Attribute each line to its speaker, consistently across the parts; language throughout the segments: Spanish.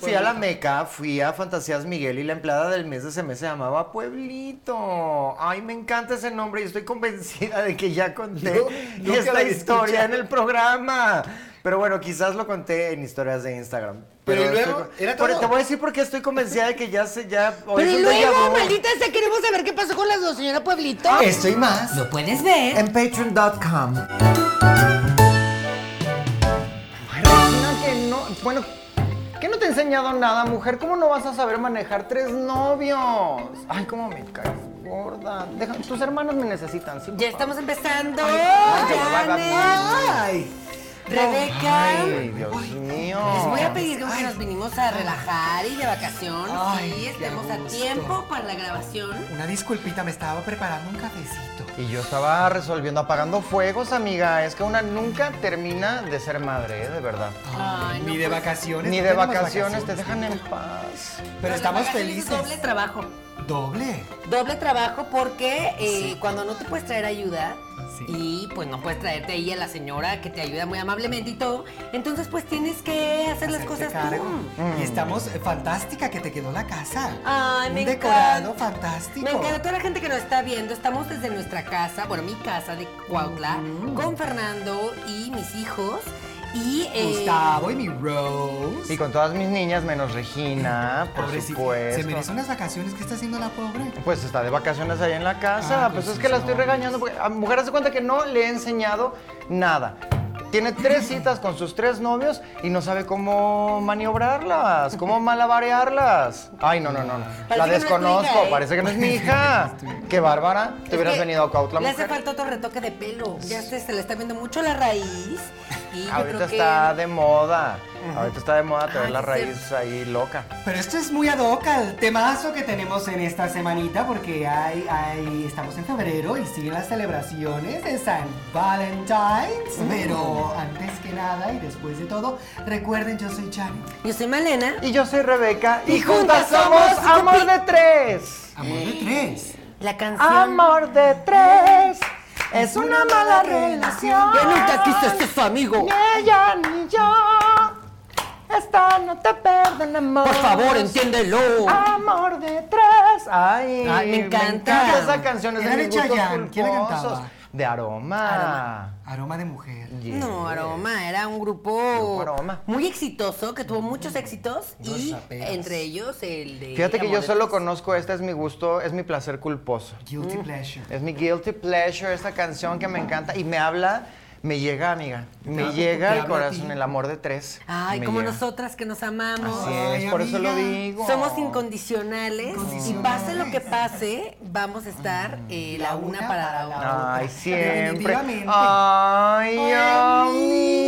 Speaker 1: Fui a la Meca, fui a Fantasías Miguel y la empleada del mes de ese mes se llamaba Pueblito. Ay, me encanta ese nombre y estoy convencida de que ya conté
Speaker 2: No, nunca la
Speaker 1: esta
Speaker 2: había
Speaker 1: historia
Speaker 2: escuchado.
Speaker 1: en el programa. Pero bueno, quizás lo conté en historias de Instagram.
Speaker 2: Pero ¿y luego?
Speaker 1: estoy con-
Speaker 2: ¿Era
Speaker 1: Pero
Speaker 2: todo?
Speaker 1: te voy a decir porque estoy convencida de que ya se ya. hoy
Speaker 3: Pero
Speaker 1: es
Speaker 3: y
Speaker 1: un déjà
Speaker 3: luego,
Speaker 1: vu. Ah,
Speaker 3: maldita sea, queremos saber qué pasó con la dos señora Pueblito. Em,
Speaker 2: Esto y más
Speaker 3: Lo puedes ver.
Speaker 2: en patreon.com.
Speaker 1: Ay, Regina, que no. Bueno, que no te he enseñado nada, mujer. ¿Cómo no vas a saber manejar tres novios? Ay, cómo me caes gorda. Deja- tus hermanos me necesitan, ¿sí? por
Speaker 3: Ya
Speaker 1: favor?
Speaker 3: estamos empezando.
Speaker 1: ay,
Speaker 3: Janet.
Speaker 2: Ay,
Speaker 3: Rebeca.
Speaker 1: Ay, Dios mío.
Speaker 3: Les voy a pedir que nos vinimos a relajar y de vacación. sí, estemos a tiempo para la grabación.
Speaker 2: una disculpita, me estaba preparando un cafecito.
Speaker 1: Y yo estaba resolviendo, apagando fuegos, amiga. Es que una nunca termina de ser madre, ¿eh? de verdad.
Speaker 3: Ay, no,
Speaker 2: Ni de
Speaker 3: pues,
Speaker 2: vacaciones.
Speaker 1: Ni
Speaker 2: no
Speaker 1: de
Speaker 2: tenemos
Speaker 1: vacaciones, te dejan en paz.
Speaker 2: Pero
Speaker 3: las
Speaker 2: estamos
Speaker 3: vacaciones es
Speaker 2: felices.
Speaker 3: Doble trabajo.
Speaker 2: Doble.
Speaker 3: Doble trabajo porque eh, cuando no te puedes traer ayuda
Speaker 2: Sí.
Speaker 3: y pues no puedes traerte ahí a la señora que te ayuda muy amablemente y todo, entonces pues tienes que hacer las
Speaker 2: Hacerte
Speaker 3: cosas
Speaker 2: cargo.
Speaker 3: tú.
Speaker 1: Mm.
Speaker 2: Y estamos eh, fantástica que te quedó la casa.
Speaker 3: Ay,
Speaker 2: un
Speaker 3: me
Speaker 2: decorado
Speaker 3: encanta.
Speaker 2: fantástico.
Speaker 3: Me encanta toda la gente que nos está viendo. Estamos desde nuestra casa, bueno, mi casa de Cuautla, con Fernando y mis hijos. Y eh,
Speaker 2: Gustavo y mi Rose.
Speaker 1: Y con todas mis niñas, menos Regina, por
Speaker 2: Pobrecita,
Speaker 1: supuesto.
Speaker 2: Se merece unas vacaciones que está haciendo la pobre.
Speaker 1: Pues está de vacaciones ahí en la casa.
Speaker 2: Ah,
Speaker 1: pues
Speaker 2: pues
Speaker 1: es
Speaker 2: sí,
Speaker 1: que la
Speaker 2: sí,
Speaker 1: estoy
Speaker 2: no.
Speaker 1: regañando. Porque a mujer hace cuenta que no le he enseñado nada. Tiene tres citas con sus tres novios y no sabe cómo maniobrarlas, cómo malabarearlas. Ay, no, no, no. no.
Speaker 3: Parece
Speaker 1: La
Speaker 3: que no es tu hija,
Speaker 1: desconozco.
Speaker 3: ¿eh?
Speaker 1: Parece que no es mi hija. Qué bárbara.
Speaker 3: es
Speaker 1: Te hubieras
Speaker 3: que
Speaker 1: venido a Cautla,
Speaker 3: Le
Speaker 1: mujer.
Speaker 3: hace falta otro retoque de pelo. Ya se, se le está viendo mucho la raíz. Y yo
Speaker 1: Ahorita
Speaker 3: creo que-
Speaker 1: está de moda. Ahorita está de moda traer
Speaker 3: Ay,
Speaker 1: la
Speaker 3: sí,
Speaker 1: raíz ahí loca.
Speaker 2: Pero esto es muy ad hoc al temazo que tenemos en esta semanita porque hay, hay, estamos en febrero y siguen las celebraciones de San Valentine's.
Speaker 1: Mm.
Speaker 2: Pero antes que nada y después de todo, recuerden, yo soy Chani.
Speaker 3: Yo soy Malena.
Speaker 1: Y yo soy Rebeca. Y,
Speaker 3: Y
Speaker 1: juntas
Speaker 3: juntas
Speaker 1: somos
Speaker 3: somos
Speaker 1: Amor de Tres.
Speaker 2: Amor de tres.
Speaker 3: La canción.
Speaker 1: Amor de tres es una mala relación.
Speaker 3: Yo nunca quise ser su este amigo.
Speaker 1: Ni ella ni yo. Esta no te perdonamos.
Speaker 3: Por favor, entiéndelo.
Speaker 1: Amor de tres. Ay,
Speaker 3: Ay, me encanta.
Speaker 1: esa canción. Es
Speaker 2: Era
Speaker 1: de
Speaker 2: de
Speaker 1: mis gustos
Speaker 2: Chayanne. ¿Quién la
Speaker 1: culposos.
Speaker 2: cantaba?
Speaker 1: De Aroma.
Speaker 3: Aroma.
Speaker 2: Aroma de mujer.
Speaker 1: Yeah.
Speaker 3: No, Aroma era un grupo,
Speaker 1: Aroma.
Speaker 3: muy exitoso que tuvo muchos éxitos
Speaker 2: Unos
Speaker 3: y
Speaker 2: raperos.
Speaker 3: entre ellos el de.
Speaker 1: Fíjate que
Speaker 3: Amor
Speaker 1: yo
Speaker 3: de
Speaker 1: solo
Speaker 3: Tres.
Speaker 1: conozco esta, es mi gusto, es mi placer culposo.
Speaker 2: Guilty pleasure.
Speaker 1: Es mi guilty pleasure, esta canción que me encanta y me habla, me llega, amiga. Me
Speaker 2: habla,
Speaker 1: llega
Speaker 2: te
Speaker 1: al
Speaker 2: habla a ti.
Speaker 1: corazón, el amor de tres.
Speaker 3: Ay,
Speaker 1: Me
Speaker 3: como
Speaker 1: llega.
Speaker 3: nosotras que nos amamos.
Speaker 1: Así
Speaker 2: Ay,
Speaker 1: es, por eso lo
Speaker 2: amiga.
Speaker 1: digo.
Speaker 3: Somos incondicionales, y pase lo que pase, vamos a estar eh, la, una, para la otra.
Speaker 1: Ay, siempre.
Speaker 2: Definitivamente.
Speaker 1: Ay,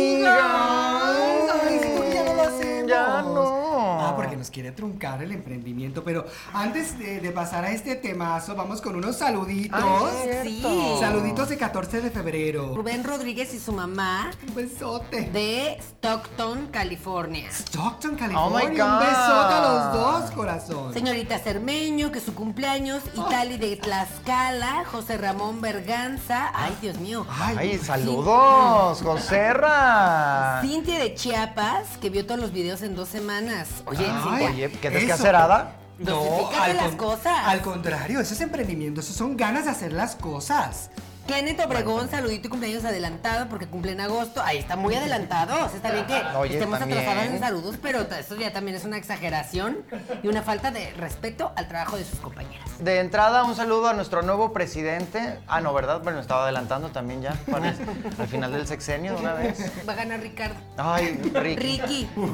Speaker 2: Ay,
Speaker 1: amiga.
Speaker 2: ¿sabes por qué ya no lo hacemos?
Speaker 1: Ya no.
Speaker 2: Ah, porque nos quiere truncar el emprendimiento. Pero antes de, de pasar a este temazo, vamos con unos saluditos.
Speaker 1: Ay,
Speaker 3: sí.
Speaker 1: cierto.
Speaker 2: Saluditos de 14 de febrero.
Speaker 3: Rubén Rodríguez y su mamá
Speaker 2: Un besote.
Speaker 3: de Stockton, California.
Speaker 2: Stockton,
Speaker 1: Oh my
Speaker 2: California.
Speaker 1: God.
Speaker 2: Un besote a los dos, corazón.
Speaker 3: Señorita Cermeño, que su cumpleaños, Itali de Tlaxcala, José Ramón Berganza, ay Dios mío.
Speaker 1: Ay, saludos, Joserra.
Speaker 3: Cintia de Chiapas, que vio todos los videos en dos semanas. Ah. Oye,
Speaker 2: Ay,
Speaker 3: Cintia,
Speaker 1: Oye, ¿qué
Speaker 2: eso.
Speaker 1: descacerada?
Speaker 3: Dosifícate las
Speaker 2: con-
Speaker 3: cosas.
Speaker 2: Al contrario, eso es emprendimiento, eso son ganas de hacer las cosas.
Speaker 3: Kenneth Obregón, saludito y cumpleaños adelantado porque cumple en agosto. Ahí está muy adelantado. O sea, está bien que
Speaker 1: Oye,
Speaker 3: estemos
Speaker 1: también.
Speaker 3: atrasados en saludos, pero t- eso ya también es una exageración y una falta de respeto al trabajo de sus compañeras.
Speaker 1: De entrada, un saludo a nuestro nuevo presidente. Ah, no, ¿verdad? Bueno, estaba adelantando también ya. parece. Al final del sexenio, de una vez.
Speaker 3: Va a ganar Ricardo.
Speaker 1: Ay, Ricky.
Speaker 3: Ricky.
Speaker 1: Ricky,
Speaker 2: Un beso,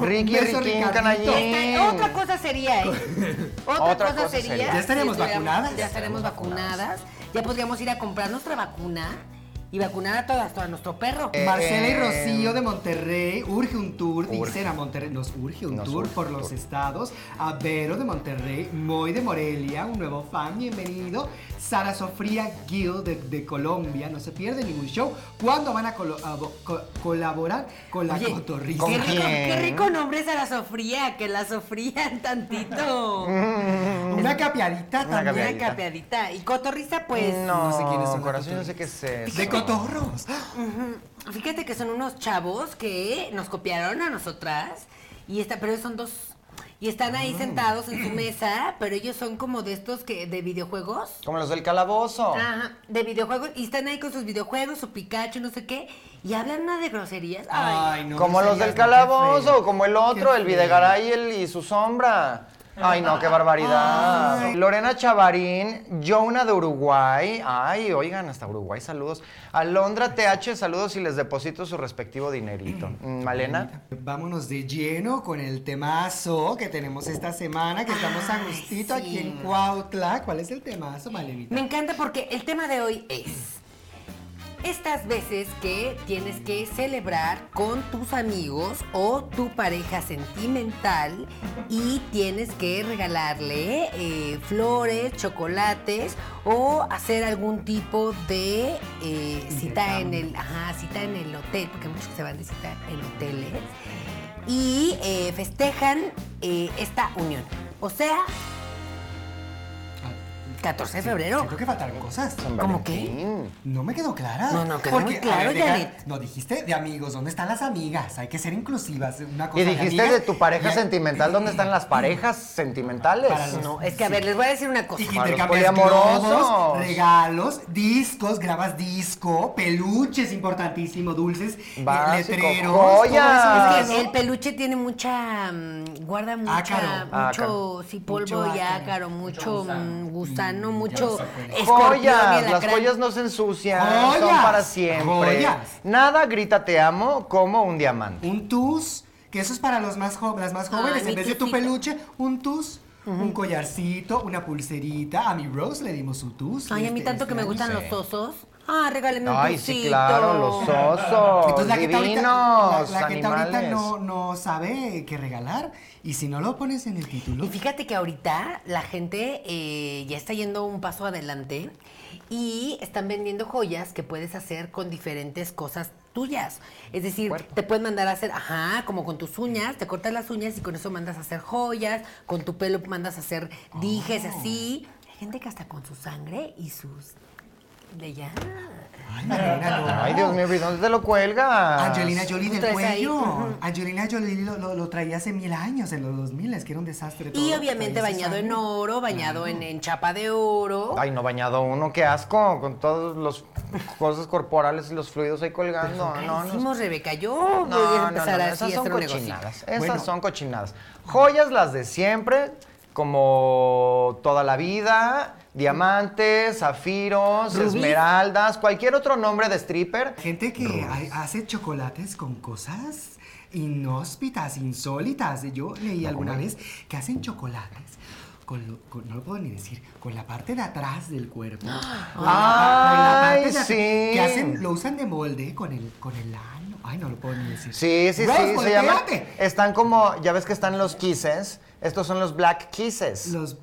Speaker 1: Ricky,
Speaker 2: Ricardito.
Speaker 1: canallín.
Speaker 3: Esta- otra cosa sería, ¿eh? Otra,
Speaker 1: Otra
Speaker 3: cosa,
Speaker 1: cosa
Speaker 3: sería.
Speaker 1: sería.
Speaker 2: Ya estaríamos
Speaker 3: si estuviéramos-
Speaker 2: vacunadas.
Speaker 3: Ya estaremos vacunadas. Ya podríamos ir a comprar nuestra vacuna y vacunar a todas, a nuestro perro.
Speaker 1: Eh,
Speaker 2: Marcela y Rocío de Monterrey, urge un tour,
Speaker 1: em, Urge.
Speaker 2: dicen a Monterrey, nos urge un
Speaker 1: Nos
Speaker 2: tour
Speaker 1: urge
Speaker 2: por
Speaker 1: un
Speaker 2: los
Speaker 1: tour.
Speaker 2: estados, a Vero de Monterrey, Moy de Morelia, un nuevo fan, bienvenido, Sara Sofía Gil de, de Colombia, no se pierde ningún show, ¿cuándo van a, colo- a bo- co- colaborar con la
Speaker 3: Oye,
Speaker 2: cotorrisa?
Speaker 1: eh, ¿con
Speaker 3: Qué rico,
Speaker 1: quién?
Speaker 3: qué rico nombre es a la sofría, que la sofrían tantito.
Speaker 1: Mm,
Speaker 2: Una capiadita
Speaker 1: Una
Speaker 2: también.
Speaker 3: Una
Speaker 1: Capeadita.
Speaker 3: capeadita. Y cotorrista, pues.
Speaker 1: No,
Speaker 2: No sé quiénes son
Speaker 1: corazón, yo
Speaker 2: los
Speaker 1: sé qué es eso.
Speaker 2: De cotorros.
Speaker 3: Fíjate que son unos chavos que nos copiaron a nosotras. Y esta, pero son dos. Y están ahí
Speaker 1: Mm.
Speaker 3: sentados en su mesa, pero ellos son como de estos que de videojuegos.
Speaker 1: Como los del calabozo.
Speaker 3: Ajá, de videojuegos. Y están ahí con sus videojuegos, su Pikachu, no sé qué. Y hablan una de groserías. Ay,
Speaker 2: no,
Speaker 1: como
Speaker 2: no
Speaker 1: los
Speaker 2: seas,
Speaker 1: del
Speaker 2: no, qué
Speaker 1: calabozo,
Speaker 2: feo.
Speaker 1: como el otro,
Speaker 2: Qué
Speaker 1: el
Speaker 2: feo.
Speaker 1: Videgaray y, el- y su sombra. Ay, no, qué barbaridad. Lorena Chavarín, Jonah de Uruguay. Ay, oigan, hasta Uruguay, saludos. Alondra TH, saludos y les deposito su respectivo dinerito. Mm, Malena.
Speaker 2: Vámonos de lleno con el temazo que tenemos esta semana, que estamos a
Speaker 3: Ay,
Speaker 2: gustito
Speaker 3: sí.
Speaker 2: aquí en Cuautla. ¿Cuál es el temazo, Malenita?
Speaker 3: Me encanta porque el tema de hoy es estas veces que tienes que celebrar con tus amigos o tu pareja sentimental y tienes que regalarle eh, flores, chocolates o hacer algún tipo de eh, cita en el ajá, cita en el hotel porque muchos se van de cita en hoteles y eh, festejan eh, esta unión. O sea, 14 de febrero.
Speaker 2: Siento que faltaron cosas.
Speaker 1: San
Speaker 3: ¿Cómo qué?
Speaker 1: Valentín.
Speaker 2: No me quedó clara.
Speaker 3: No, no quedó muy claro,
Speaker 2: deja-
Speaker 3: Janet.
Speaker 2: No dijiste de amigos, ¿dónde están las amigas? Hay que ser inclusivas. Una cosa
Speaker 1: Y dijiste
Speaker 2: amigas
Speaker 1: de tu pareja
Speaker 2: y-
Speaker 1: sentimental, ¿dónde están las parejas sentimentales?
Speaker 2: Para los-
Speaker 3: Mm. No, es que a ver, les voy a decir una cosa.
Speaker 2: Y que
Speaker 1: Para los
Speaker 2: intercambias
Speaker 1: poliamorosos.
Speaker 2: globos, regalos, discos, grabas disco, peluches importantísimo, dulces, eh,
Speaker 1: Básico,
Speaker 2: letreros.
Speaker 1: joyas.
Speaker 2: todo eso,
Speaker 3: Es
Speaker 2: ¿no?
Speaker 3: que el peluche tiene mucha. mm, guarda mucha.
Speaker 2: Ácaro.
Speaker 1: Ácaro.
Speaker 3: Mucho. Sí, polvo
Speaker 2: Mucho
Speaker 3: y
Speaker 2: ácaro.
Speaker 3: ácaro, mucho mm, gusano,
Speaker 2: no
Speaker 3: mucho.
Speaker 2: sé cuál es.
Speaker 3: escorpión y
Speaker 1: Joyas, las
Speaker 3: alacrán.
Speaker 1: joyas no se ensucian, son
Speaker 2: Joyas,
Speaker 1: para siempre.
Speaker 2: joyas.
Speaker 1: Nada grita te amo como un diamante.
Speaker 2: un tus, que eso es para los más jo- las más jóvenes,
Speaker 3: Ah, mi
Speaker 2: en vez de tu
Speaker 3: tusita.
Speaker 2: peluche, un tus, un collarcito, una pulserita. A mi Rose le dimos su tus.
Speaker 3: Ay, a mí
Speaker 2: este-
Speaker 3: tanto
Speaker 2: este
Speaker 3: que me
Speaker 2: año.
Speaker 3: gustan los osos. Ah, regáleme un
Speaker 1: Ay, sí,
Speaker 3: pulsito.
Speaker 1: claro, los osos.
Speaker 2: Entonces la que está ahorita, la-
Speaker 1: divinos,
Speaker 2: la que está ahorita
Speaker 1: animales.
Speaker 2: no, no sabe qué regalar y si no lo pones en el título,
Speaker 3: Y fíjate que ahorita la gente eh, ya está yendo un paso adelante y están vendiendo joyas que puedes hacer con diferentes cosas tuyas. Es decir,
Speaker 1: Cuerpo.
Speaker 3: te pueden mandar a hacer, ajá, como con tus uñas, te cortas las uñas y con eso mandas a hacer joyas, con tu pelo mandas a hacer dijes así.
Speaker 1: Oh.
Speaker 3: Hay gente que hasta con su sangre y sus... De ya.
Speaker 2: ay, Mariana, no.
Speaker 1: Ay, Dios mío, ¿y dónde te lo cuelgas?
Speaker 2: Angelina Jolie del
Speaker 3: Entonces, ahí,
Speaker 2: cuello.
Speaker 3: ujú.
Speaker 2: Angelina Jolie lo, lo- lo traía hace mil años, en los 2000, es que era un desastre. todo lo
Speaker 3: Y
Speaker 2: que
Speaker 3: obviamente
Speaker 2: traía esa
Speaker 3: bañado en
Speaker 2: sangre.
Speaker 3: oro, bañado en, en chapa de oro.
Speaker 1: Ay, no bañado uno, qué asco, con todos los cosas corporales y los fluidos ahí colgando. No, no.
Speaker 3: Hicimos Rebeca, yo
Speaker 1: No,
Speaker 3: voy
Speaker 1: no,
Speaker 3: a
Speaker 1: no,
Speaker 3: empezar
Speaker 1: no,
Speaker 3: así
Speaker 1: esas
Speaker 3: a
Speaker 1: son
Speaker 3: hacer un negocio.
Speaker 1: cochinadas. Esas
Speaker 2: Bueno.
Speaker 1: son cochinadas. Joyas las de siempre, como toda la vida, diamantes, zafiros,
Speaker 3: Rubíes.
Speaker 1: esmeraldas, cualquier otro nombre de stripper.
Speaker 2: Gente que ha- hace chocolates con cosas inhóspitas, insólitas. Yo leí alguna vez que hacen chocolates. Con lo- con- no lo puedo ni decir, con la parte de atrás del cuerpo. Con la par-
Speaker 1: Ay,
Speaker 2: con la parte de
Speaker 1: sí.
Speaker 2: atrás, Que hacen, lo usan de molde con el, con el ano. Ay, no lo puedo ni decir.
Speaker 1: Sí, sí,
Speaker 2: Rose,
Speaker 1: sí, se llama.
Speaker 2: volteate.
Speaker 1: Están como, ya ves que están los kisses. Estos son los black kisses. Los,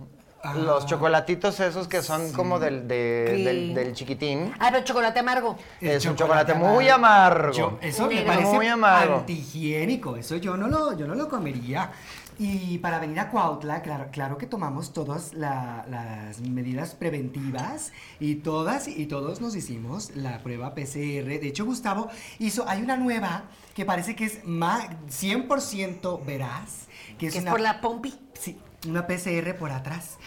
Speaker 2: Los, ah,
Speaker 1: chocolatitos esos que son como del, de-
Speaker 3: Sí.
Speaker 1: del, del chiquitín.
Speaker 3: Ah, pero chocolate amargo.
Speaker 2: el
Speaker 1: es un chocolate muy amargo.
Speaker 2: Yo- eso me
Speaker 3: Negro.
Speaker 2: parece
Speaker 1: Muy amargo.
Speaker 2: antihigiénico. Eso yo no lo, yo no lo comería. Y para venir a Cuautla, claro, claro que tomamos todas la- las medidas preventivas y todas y todos nos hicimos la prueba PCR. De hecho, Gustavo hizo, hay una nueva que parece que es más 100% veraz, que es
Speaker 3: que es
Speaker 2: una
Speaker 3: por la pompi.
Speaker 2: Sí, una PCR por atrás.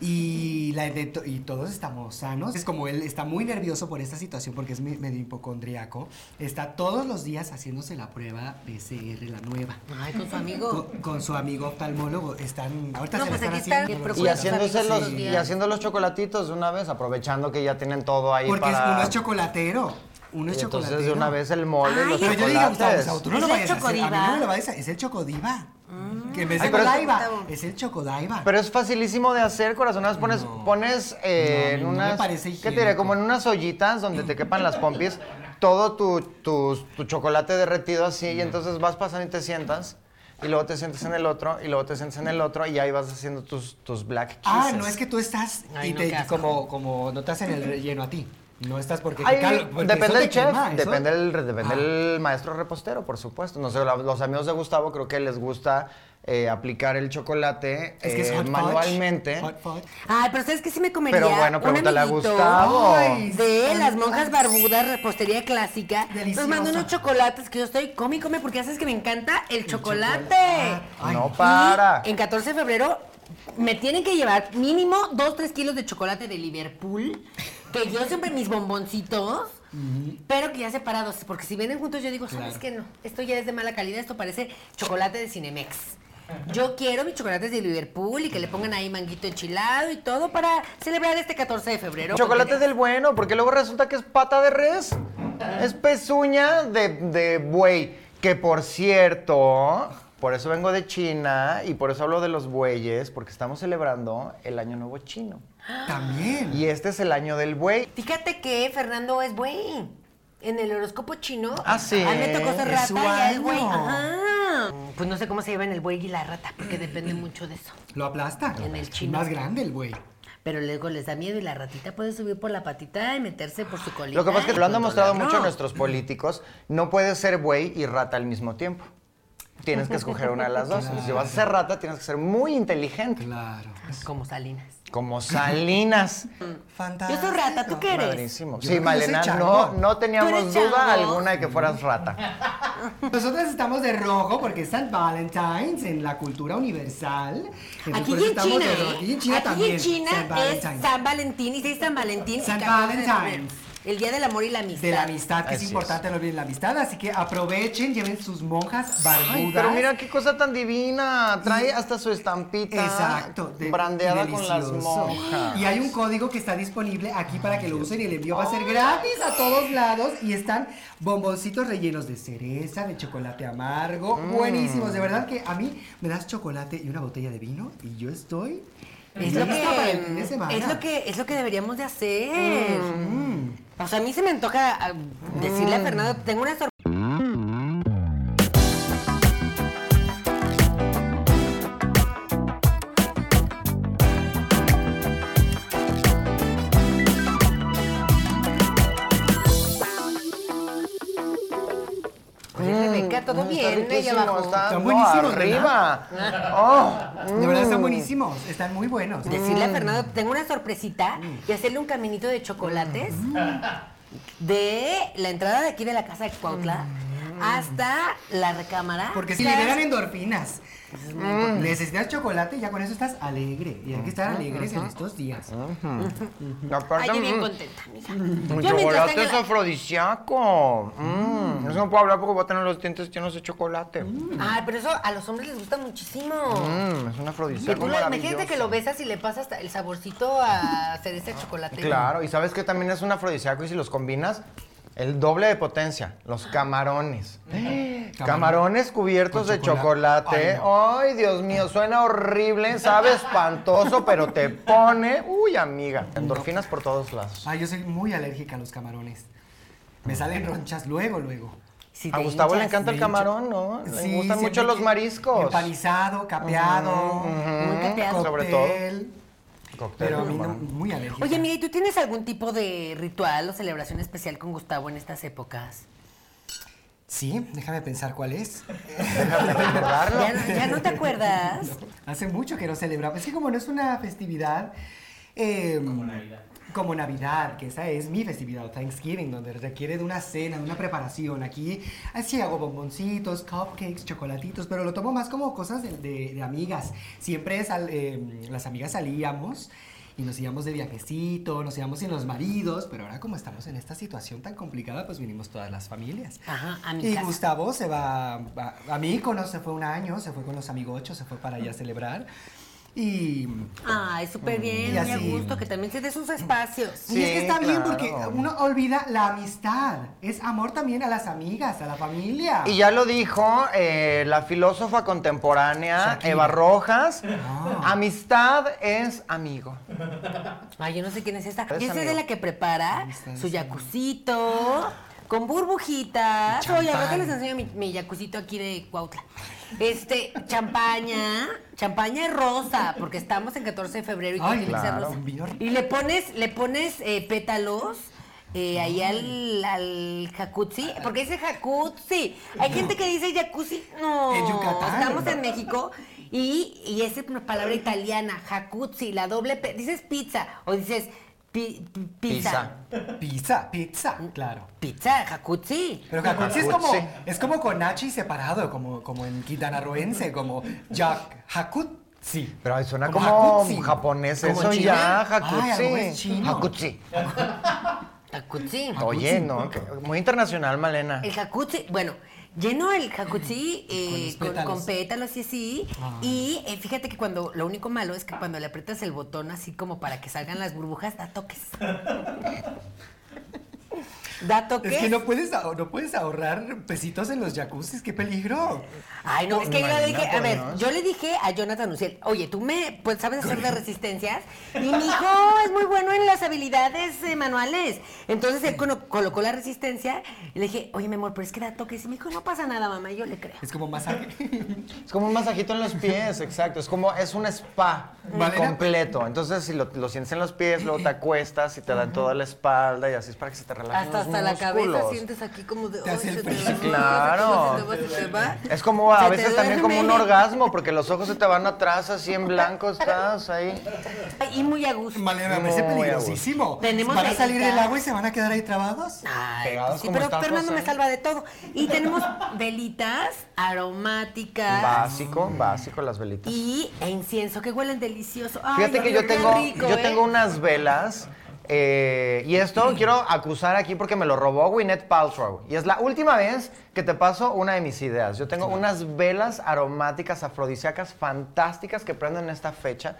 Speaker 2: Y, la de to- y todos estamos sanos. Es como él está muy nervioso por esta situación porque es me- medio hipocondriaco. Está todos los días haciéndose la prueba PCR, la nueva.
Speaker 3: Ay, con su
Speaker 2: Con,
Speaker 3: amigo.
Speaker 2: con su amigo oftalmólogo. Están, ahorita
Speaker 3: No,
Speaker 2: se
Speaker 3: pues
Speaker 2: la
Speaker 3: aquí
Speaker 2: están
Speaker 3: están,
Speaker 2: haciendo.
Speaker 3: que
Speaker 1: Y
Speaker 3: procuran
Speaker 1: haciéndose
Speaker 3: amigos
Speaker 1: los,
Speaker 3: todos los
Speaker 1: y
Speaker 3: días.
Speaker 1: haciendo los chocolatitos de una vez, aprovechando que ya tienen todo ahí
Speaker 2: Porque es-
Speaker 1: para.
Speaker 2: uno es chocolatero. Uno es
Speaker 1: Y
Speaker 2: chocolatero.
Speaker 1: Entonces de una vez el mole, y
Speaker 3: Ay,
Speaker 1: los
Speaker 2: Pero yo dije, Gustavo,
Speaker 1: chocolates.
Speaker 2: Gustavo, tú no
Speaker 3: ¿Es
Speaker 2: lo
Speaker 3: el
Speaker 2: vayas a hacer. A mí
Speaker 3: chocodiva? Mm.
Speaker 2: no me lo vayas a Es el chocodiva. Que en vez
Speaker 1: Ay,
Speaker 2: de
Speaker 1: pero es-
Speaker 2: Godiva, es el chocodaiva.
Speaker 1: Pero es facilísimo de hacer, corazón. Unas pones, pones eh,
Speaker 2: No,
Speaker 1: en
Speaker 2: no me
Speaker 1: unas.
Speaker 2: parece
Speaker 1: ¿Qué te diré?
Speaker 2: higiénico.
Speaker 1: Como en unas ollitas donde te quepan las pompis, todo tu, tu- tu chocolate derretido así, y entonces vas pasando y te sientas. Y luego te sientas en el otro, y luego te sientas en el otro, y ahí vas haciendo tus, tus black kisses.
Speaker 2: Ah, no es que tú estás
Speaker 3: Ay,
Speaker 2: y
Speaker 3: no,
Speaker 2: te,
Speaker 3: qué asco.
Speaker 2: como, como no te hacen el relleno a ti. No estás porque te
Speaker 1: Ay,
Speaker 2: cal- porque eso
Speaker 1: depende
Speaker 2: te
Speaker 1: del chef,
Speaker 2: quema, eso- Ah.
Speaker 1: depende, el, depende el maestro repostero, por supuesto. No sé, la- los amigos de Gustavo creo que les gusta eh, aplicar el chocolate
Speaker 2: Es que es
Speaker 1: eh,
Speaker 2: hot fudge.
Speaker 1: manualmente.
Speaker 2: Hot fudge.
Speaker 3: Ay, Ah, pero ¿sabes que Sí me comería
Speaker 1: Pero bueno,
Speaker 3: un
Speaker 1: pregúntale a
Speaker 3: amiguito
Speaker 1: Gustavo.
Speaker 2: Ay,
Speaker 3: De
Speaker 2: sí.
Speaker 3: las monjas barbudas, repostería clásica.
Speaker 2: Delicioso.
Speaker 3: Nos mandó unos chocolates que yo estoy come y come porque haces que me encanta el, chocolate.
Speaker 2: Ay,
Speaker 1: no para.
Speaker 3: Y en 14 de febrero me tienen que llevar mínimo 2-3 kilos de chocolate de Liverpool. Que yo siempre mis bomboncitos. Pero que ya separados, porque si vienen juntos yo digo, ¿sabes
Speaker 2: Claro.
Speaker 3: qué? No, esto ya es de mala calidad, esto parece chocolate de Cinemex. Yo quiero mis chocolates de Liverpool y que le pongan ahí manguito enchilado y todo para celebrar este 14 de febrero.
Speaker 1: Chocolate del bueno, porque luego resulta que es pata de res. Es pezuña de, de buey. Que por cierto, por eso vengo de China y por eso hablo de los bueyes, porque estamos celebrando el Año Nuevo Chino.
Speaker 2: También.
Speaker 1: Y este es el año del buey.
Speaker 3: Fíjate que Fernando es güey. En el horóscopo chino.
Speaker 1: Ah, sí.
Speaker 3: A mí me tocó ser
Speaker 2: Es su
Speaker 3: rata y a él, güey.
Speaker 2: año.
Speaker 3: Ajá. Pues no sé cómo se llevan el buey y la rata, porque depende mucho de eso.
Speaker 2: Lo aplasta.
Speaker 3: En el
Speaker 2: Es
Speaker 3: chino.
Speaker 2: Más grande el güey.
Speaker 3: Pero luego les da miedo y la ratita puede subir por la patita y meterse por su colita.
Speaker 1: Lo que pasa es que lo han
Speaker 3: y
Speaker 1: demostrado
Speaker 3: controlar.
Speaker 1: mucho
Speaker 3: No.
Speaker 1: nuestros políticos. No puedes ser buey y rata al mismo tiempo. Tienes que escoger una de las dos. Y Si vas a ser rata, tienes que ser muy inteligente.
Speaker 2: Claro.
Speaker 3: Como Salinas.
Speaker 1: Como Salinas.
Speaker 3: Yo
Speaker 2: Fantástico.
Speaker 3: soy rata, ¿tú qué eres?
Speaker 1: Padrísimo.
Speaker 2: Yo
Speaker 1: Sí,
Speaker 2: creo que yo soy
Speaker 1: Malena,
Speaker 2: chango.
Speaker 1: no, no teníamos
Speaker 3: ¿Tú eres
Speaker 1: duda
Speaker 3: chango? Mm.
Speaker 1: alguna de que fueras rata.
Speaker 2: Nosotros estamos de rojo porque es St. Valentine's en la cultura universal. Entonces,
Speaker 3: Aquí
Speaker 2: por eso
Speaker 3: y en
Speaker 2: estamos
Speaker 3: China,
Speaker 2: de
Speaker 3: ¿eh?
Speaker 2: rojo. Y en China
Speaker 3: Aquí y
Speaker 2: también.
Speaker 3: en China
Speaker 2: St.
Speaker 3: es
Speaker 2: Valentine's.
Speaker 3: San Valentín y sí, San Valentín. y
Speaker 2: San
Speaker 3: 14 de
Speaker 2: Valentine's.
Speaker 3: febrero. El día del amor y la amistad.
Speaker 2: De la amistad, que
Speaker 1: Así
Speaker 2: es importante, no olviden la amistad. Así que aprovechen, lleven sus monjas barbudas.
Speaker 1: Ay, pero mira qué cosa tan divina. Trae hasta su estampita.
Speaker 2: Exacto. de-
Speaker 1: brandeada con las
Speaker 2: delicioso.
Speaker 1: monjas.
Speaker 2: Y hay un código que está disponible aquí para que lo usen y el envío va a ser gratis a todos lados. Y están bomboncitos rellenos de cereza, de chocolate amargo.
Speaker 1: Mm.
Speaker 2: Buenísimos. De verdad que a mí me das chocolate y una botella de vino y yo estoy
Speaker 3: Es lo,
Speaker 2: lista para el fin
Speaker 3: que,
Speaker 2: de semana.
Speaker 3: es, lo que, es lo que deberíamos de hacer. O sea, a mí se me antoja ah, decirle a Fernando, tengo una sorpresa. Oye, Rebeca, todo
Speaker 1: Mm, está
Speaker 3: bien, ahí
Speaker 1: riquísimo,
Speaker 3: abajo.
Speaker 1: está-
Speaker 2: Están
Speaker 1: no,
Speaker 2: buenísimos,
Speaker 1: arriba. Oh,
Speaker 2: De verdad están
Speaker 1: mm.
Speaker 2: buenísimos. Están muy buenos.
Speaker 3: Decirle a Fernando, tengo una sorpresita
Speaker 1: Mm.
Speaker 3: y hacerle un caminito de chocolates de la entrada de aquí de la casa de Cuautla
Speaker 1: Mm.
Speaker 3: hasta la recámara.
Speaker 2: Porque se liberan endorfinas.
Speaker 1: Mm.
Speaker 2: Necesitas chocolate y ya con eso estás alegre. Y hay que estar
Speaker 1: mm,
Speaker 2: alegres en estos días.
Speaker 1: Y aparte,
Speaker 3: Ay, bien
Speaker 1: mm,
Speaker 3: contenta, mija.
Speaker 1: el
Speaker 3: Yo mientras
Speaker 1: chocolate
Speaker 3: tenga
Speaker 1: es
Speaker 3: la-
Speaker 1: afrodisíaco. Mm, Eso no puedo hablar porque voy a tener los dientes llenos de chocolate.
Speaker 3: Ay, pero eso a los hombres les gusta muchísimo.
Speaker 1: Mm, es un
Speaker 3: Que
Speaker 1: afrodisíaco
Speaker 3: tú lo- imagínate que
Speaker 1: maravilloso.
Speaker 3: lo besas y le pasas hasta el saborcito a cereza de chocolate.
Speaker 1: Claro, y sabes que también es un afrodisíaco y si los combinas, el doble de potencia, los camarones. Mm. Camarones cubiertos
Speaker 2: Con
Speaker 1: de
Speaker 2: chocolate.
Speaker 1: chocolate. Ay,
Speaker 2: Ay, no.
Speaker 1: Dios mío, suena horrible, sabe espantoso, pero te pone, uy, amiga, endorfinas por todos lados.
Speaker 2: Ay, Ah, yo soy muy alérgica a los camarones.
Speaker 1: Ah.
Speaker 2: Me salen ronchas luego, luego.
Speaker 3: Si
Speaker 1: A
Speaker 3: te
Speaker 1: Gustavo le
Speaker 3: hinchas,
Speaker 1: encanta el
Speaker 2: de hecho.
Speaker 1: camarón, ¿no? Le
Speaker 2: Sí,
Speaker 1: Ah, gustan
Speaker 2: siempre
Speaker 1: mucho los
Speaker 2: que-
Speaker 1: mariscos.
Speaker 2: Empanizado, capeado,
Speaker 3: muy capeado.
Speaker 1: Sobre todo.
Speaker 2: cóctel,
Speaker 1: Cóctel
Speaker 2: Pero a
Speaker 1: de
Speaker 2: mí no-
Speaker 1: camarón.
Speaker 2: muy alérgica.
Speaker 3: Oye, mira, ¿y tú tienes algún tipo de ritual o celebración especial con Gustavo en estas épocas?
Speaker 2: Sí, déjame pensar cuál es.
Speaker 1: Déjame recordarlo.
Speaker 3: ¿Ya, ya no te acuerdas?
Speaker 2: Pues, Hace mucho que no celebramos. Es que como no es una festividad... como Navidad. Como Navidad, que esa es mi festividad, Thanksgiving, donde requiere de una cena, de una preparación. Aquí así hago bomboncitos, cupcakes, chocolatitos, pero lo tomo más como cosas de, de- de amigas. Siempre sal- eh, las amigas salíamos y nos íbamos de viajecito, nos íbamos sin los maridos, pero ahora como estamos en esta situación tan complicada, pues vinimos todas las familias.
Speaker 3: Ajá, a mi
Speaker 2: Y
Speaker 3: casa.
Speaker 2: Gustavo se va a, a Míconos, se fue un año, se fue con los amigochos, se fue para allá a celebrar. Y,
Speaker 3: Ay, súper bien,
Speaker 2: Y
Speaker 3: muy a
Speaker 2: así.
Speaker 3: gusto, que también se dé sus espacios.
Speaker 1: Sí,
Speaker 2: Mm, y es que está bien
Speaker 1: claro.
Speaker 2: porque uno olvida la amistad. Es amor también a las amigas, a la familia.
Speaker 1: Y ya lo dijo eh, la filósofa contemporánea
Speaker 2: Shakira.
Speaker 1: Eva Rojas,
Speaker 2: Ah.
Speaker 1: amistad es amigo.
Speaker 3: Ay, yo no sé quién es esta.
Speaker 1: Eres
Speaker 3: Y esta es de
Speaker 1: amigo.
Speaker 3: la que prepara
Speaker 2: Está
Speaker 3: su
Speaker 2: esa.
Speaker 3: jacuzito con burbujitas.
Speaker 2: Champán.
Speaker 3: Oye, ahorita les enseño mi, mi jacuzito aquí de Cuautla. Este, champaña, champaña rosa, porque estamos en 14 de febrero y
Speaker 2: Ay,
Speaker 3: tiene que ser
Speaker 1: claro.
Speaker 3: rosa.
Speaker 2: Vino-
Speaker 3: Y le pones, le pones eh, pétalos eh, ahí al, al jacuzzi, porque dice jacuzzi. Hay gente que dice jacuzzi, no.
Speaker 2: En Yucatán.
Speaker 3: Estamos en México y, y esa es una palabra italiana, jacuzzi, la doble P. Dices pizza o dices pi- pi- pizza.
Speaker 2: Pizza, pizza, claro.
Speaker 3: Pizza, jacuzzi.
Speaker 2: Pero jacuzzi es como,
Speaker 1: Jacuzzi.
Speaker 2: es como con H y separado, como, como en quintanarroense, como Jack Jacuzzi.
Speaker 1: Pero ay, suena como,
Speaker 2: jacuzzi.
Speaker 1: japonés
Speaker 2: Como
Speaker 1: eso
Speaker 2: chino.
Speaker 1: ya,
Speaker 2: Ay, algo es
Speaker 1: jacuzzi.
Speaker 2: chino.
Speaker 1: Jacuzzi.
Speaker 3: Jacuzzi.
Speaker 1: Oye, no, que- muy internacional, Malena.
Speaker 3: El jacuzzi, bueno, lleno el jacuzzi eh,
Speaker 2: Con
Speaker 3: con,
Speaker 2: los
Speaker 3: con
Speaker 2: pétalos.
Speaker 3: pétalos y así.
Speaker 2: Ah.
Speaker 3: Y eh, fíjate que cuando lo único malo es que cuando le aprietas el botón así como para que salgan las burbujas, da toques. da toques.
Speaker 2: Es que no puedes, ahor- no puedes ahorrar pesitos en los jacuzzis, qué peligro.
Speaker 3: Ay, no, es que yo le
Speaker 1: Imagina,
Speaker 3: dije, a
Speaker 1: por
Speaker 3: ver,
Speaker 1: Dios.
Speaker 3: yo le dije a Jonathan Uciel, oye, tú me, pues, sabes hacer de resistencias, y mi hijo es muy bueno en las habilidades eh, manuales. Entonces él cono- colocó la resistencia, y le dije, oye, mi amor, pero es que da toques, y me dijo, no pasa nada, mamá, y yo le creo.
Speaker 2: Es como masaje.
Speaker 1: Es como un masajito en los pies, exacto. Es como, es un spa
Speaker 2: Malena.
Speaker 1: completo. Entonces, si lo, lo sientes en los pies, luego te acuestas y te dan toda la espalda y así es para que se te relajen
Speaker 3: Hasta,
Speaker 1: los
Speaker 3: hasta la cabeza
Speaker 1: músculos.
Speaker 3: sientes aquí como de...
Speaker 2: Te
Speaker 3: "Ay,
Speaker 2: hace el
Speaker 3: se te va,
Speaker 2: frío".
Speaker 3: se te va,
Speaker 1: Claro.
Speaker 3: se te va, se te va".
Speaker 1: Es como a
Speaker 3: Se te
Speaker 1: veces también como un
Speaker 3: duerme.
Speaker 1: orgasmo, porque los ojos se te van atrás, así en blanco estás ahí.
Speaker 3: Ay, Y muy a gusto.
Speaker 2: Malena, me parece
Speaker 1: No,
Speaker 2: peligrosísimo.
Speaker 3: Tenemos
Speaker 2: ¿Van a salir del
Speaker 3: velitas.
Speaker 2: agua y se van a quedar ahí trabados?
Speaker 3: Ay,
Speaker 1: Pegados
Speaker 3: pues sí,
Speaker 1: como
Speaker 3: pero
Speaker 1: estacos,
Speaker 3: Fernando me
Speaker 1: ¿eh?
Speaker 3: salva de todo. Y tenemos velitas aromáticas.
Speaker 1: Básico, básico las velitas.
Speaker 3: Y e incienso, que huelen delicioso. Ay,
Speaker 1: Fíjate que yo
Speaker 3: qué
Speaker 1: tengo,
Speaker 3: rico,
Speaker 1: yo
Speaker 3: ¿eh?
Speaker 1: tengo unas velas. eh, y esto quiero acusar aquí porque me lo robó Gwyneth Paltrow. Y es la última vez que te paso una de mis ideas. Yo tengo unas velas aromáticas afrodisíacas fantásticas que prendo en esta fecha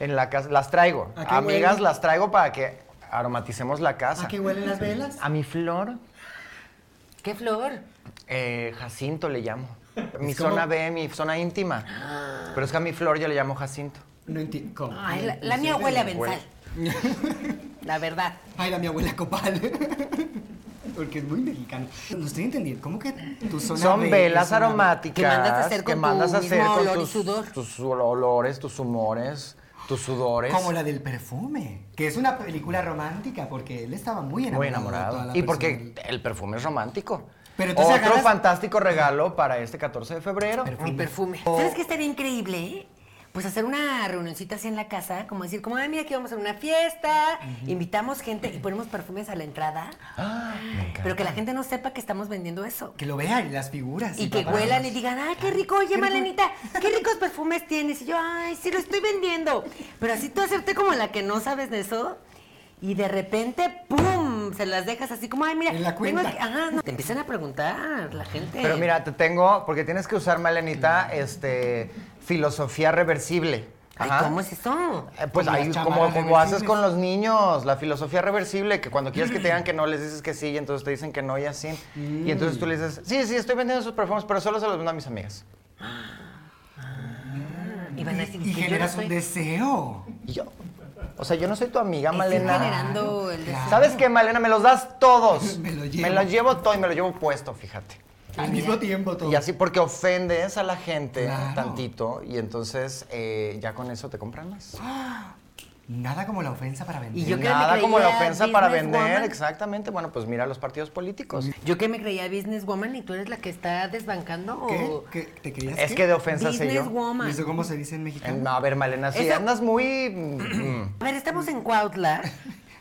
Speaker 1: en la casa. Las traigo.
Speaker 2: ¿A qué
Speaker 1: Amigas,
Speaker 2: huelen?
Speaker 1: las traigo para que aromaticemos la casa.
Speaker 2: ¿A qué huelen las velas?
Speaker 1: A mi flor,
Speaker 3: ¡Qué flor!
Speaker 1: eh, Jacinto le llamo. Mi
Speaker 2: Es como-
Speaker 1: zona B, mi zona íntima. Pero es que a mi flor yo le llamo Jacinto.
Speaker 2: No entiendo. ¿Cómo?
Speaker 3: Ay, la, la mía huele a benzal. La verdad.
Speaker 2: Ay, la mi abuela copal. Porque es muy mexicano. No estoy entendiendo. ¿Cómo que tú son
Speaker 1: Son velas aromáticas
Speaker 3: Que mandas a hacer con
Speaker 1: que mandas
Speaker 3: tu
Speaker 1: a hacer
Speaker 3: mismo
Speaker 1: con
Speaker 3: olor y
Speaker 1: tus,
Speaker 3: sudor.
Speaker 1: tus olores, tus humores, tus sudores.
Speaker 2: Como la del perfume, que es una película romántica, porque él estaba muy enamorado.
Speaker 1: muy
Speaker 2: de toda
Speaker 1: enamorado.
Speaker 2: la
Speaker 1: Y
Speaker 2: personalidad.
Speaker 1: porque el perfume es romántico.
Speaker 2: Pero entonces
Speaker 1: Otro
Speaker 2: agarras-
Speaker 1: fantástico regalo para este 14 de febrero.
Speaker 2: Perfume.
Speaker 3: El perfume. ¿Sabes qué estaría increíble? eh? Pues hacer una reunioncita así en la casa, como decir, como, ay, mira, aquí vamos a una fiesta, invitamos gente y ponemos perfumes a la entrada,
Speaker 1: Ah, me encanta.
Speaker 3: pero que la gente no sepa que estamos vendiendo eso.
Speaker 2: Que lo vean y las figuras.
Speaker 3: Y que
Speaker 2: papás.
Speaker 3: huelan y digan, ay, qué rico, oye, Malenita, qué ricos perfumes tienes. Y yo, ay, sí, lo estoy vendiendo. Pero así tú hacerte como la que no sabes de eso. Y de repente, ¡pum! Se las dejas así como, ay, mira.
Speaker 2: En la
Speaker 3: tengo
Speaker 2: cuenta.
Speaker 3: aquí- ajá, no. Te empiezan a preguntar la gente.
Speaker 1: Pero mira, te tengo, porque tienes que usar, Malenita, este, filosofía reversible.
Speaker 3: Ay,
Speaker 1: Ajá.
Speaker 3: ¿cómo es eso?
Speaker 1: Eh, Pues
Speaker 2: Como
Speaker 1: ahí,
Speaker 2: las
Speaker 1: como,
Speaker 2: chamarras
Speaker 1: como haces
Speaker 2: reversibles.
Speaker 1: con los niños, la filosofía reversible, que cuando quieres que te digan que no, les dices que sí, y entonces te dicen que no y así. Y entonces tú le dices, sí, sí, estoy vendiendo esos perfumes, pero solo se los vendo a mis amigas.
Speaker 3: Y van a decir,
Speaker 2: Y
Speaker 3: que yo
Speaker 2: generas
Speaker 3: no soy-
Speaker 2: un deseo.
Speaker 1: Y yo, o sea, yo no soy tu amiga,
Speaker 3: Estoy
Speaker 1: Malena.
Speaker 3: generando el deseo.
Speaker 1: ¿Sabes qué, Malena? Me los das todos.
Speaker 2: Me lo llevo.
Speaker 1: Me los llevo todo y me los llevo puesto, fíjate.
Speaker 2: Al mismo tiempo todo.
Speaker 1: Y así porque ofendes a la gente
Speaker 2: Claro.
Speaker 1: tantito y entonces eh, ya con eso te compran más.
Speaker 2: Nada como la ofensa para vender.
Speaker 3: Y yo que me
Speaker 1: Nada como la
Speaker 3: creía
Speaker 1: ofensa para vender,
Speaker 3: businesswoman.
Speaker 1: exactamente. Bueno, pues mira los partidos políticos.
Speaker 3: Yo que me creía businesswoman y tú eres la que está desbancando
Speaker 2: ¿Qué?
Speaker 3: o...
Speaker 2: ¿Qué? ¿Te creías
Speaker 1: Es
Speaker 2: qué?
Speaker 1: que de ofensa sé yo.
Speaker 2: ¿Y
Speaker 3: Businesswoman.
Speaker 2: eso cómo se dice en
Speaker 1: Eh,
Speaker 2: mexicano?
Speaker 1: No, a ver, Malena, sí,
Speaker 3: Eso-
Speaker 1: andas muy... mm,
Speaker 3: A ver, estamos en Cuautla.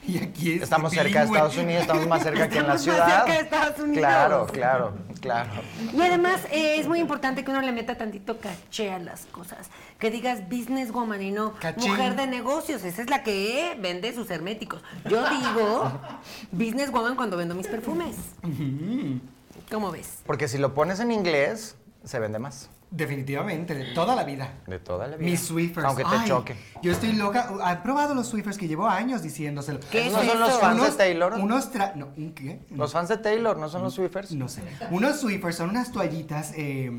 Speaker 2: Y aquí es
Speaker 1: estamos cerca de
Speaker 2: bilingüe.
Speaker 1: Estados Unidos, estamos más cerca que en la
Speaker 3: Estamos
Speaker 1: ciudad.
Speaker 3: más cerca de Estados Unidos.
Speaker 1: Claro, claro, claro.
Speaker 3: Y además eh, es muy importante que uno le meta tantito caché a las cosas. Que digas businesswoman y no
Speaker 2: Cachín.
Speaker 3: mujer de negocios. Esa es la que vende sus herméticos. Yo digo businesswoman cuando vendo mis perfumes.
Speaker 2: Mm,
Speaker 3: ¿Cómo ves?
Speaker 1: Porque si lo pones en inglés, se vende más.
Speaker 2: Definitivamente, de toda la vida.
Speaker 1: De toda la vida.
Speaker 2: Mis Swifers.
Speaker 1: Aunque te
Speaker 2: Ay,
Speaker 1: choque.
Speaker 2: Yo estoy loca. ¿Han probado los Swifers que llevo años diciéndoselo?
Speaker 3: ¿Qué
Speaker 1: ¿No
Speaker 3: es
Speaker 1: son los
Speaker 3: eso?
Speaker 1: fans de
Speaker 2: unos,
Speaker 1: Taylor?
Speaker 2: Unos tra- No, ¿un ¿qué?
Speaker 1: Los fans de Taylor, ¿no son los Swifers?
Speaker 2: No sé. Unos Swifers son unas toallitas eh,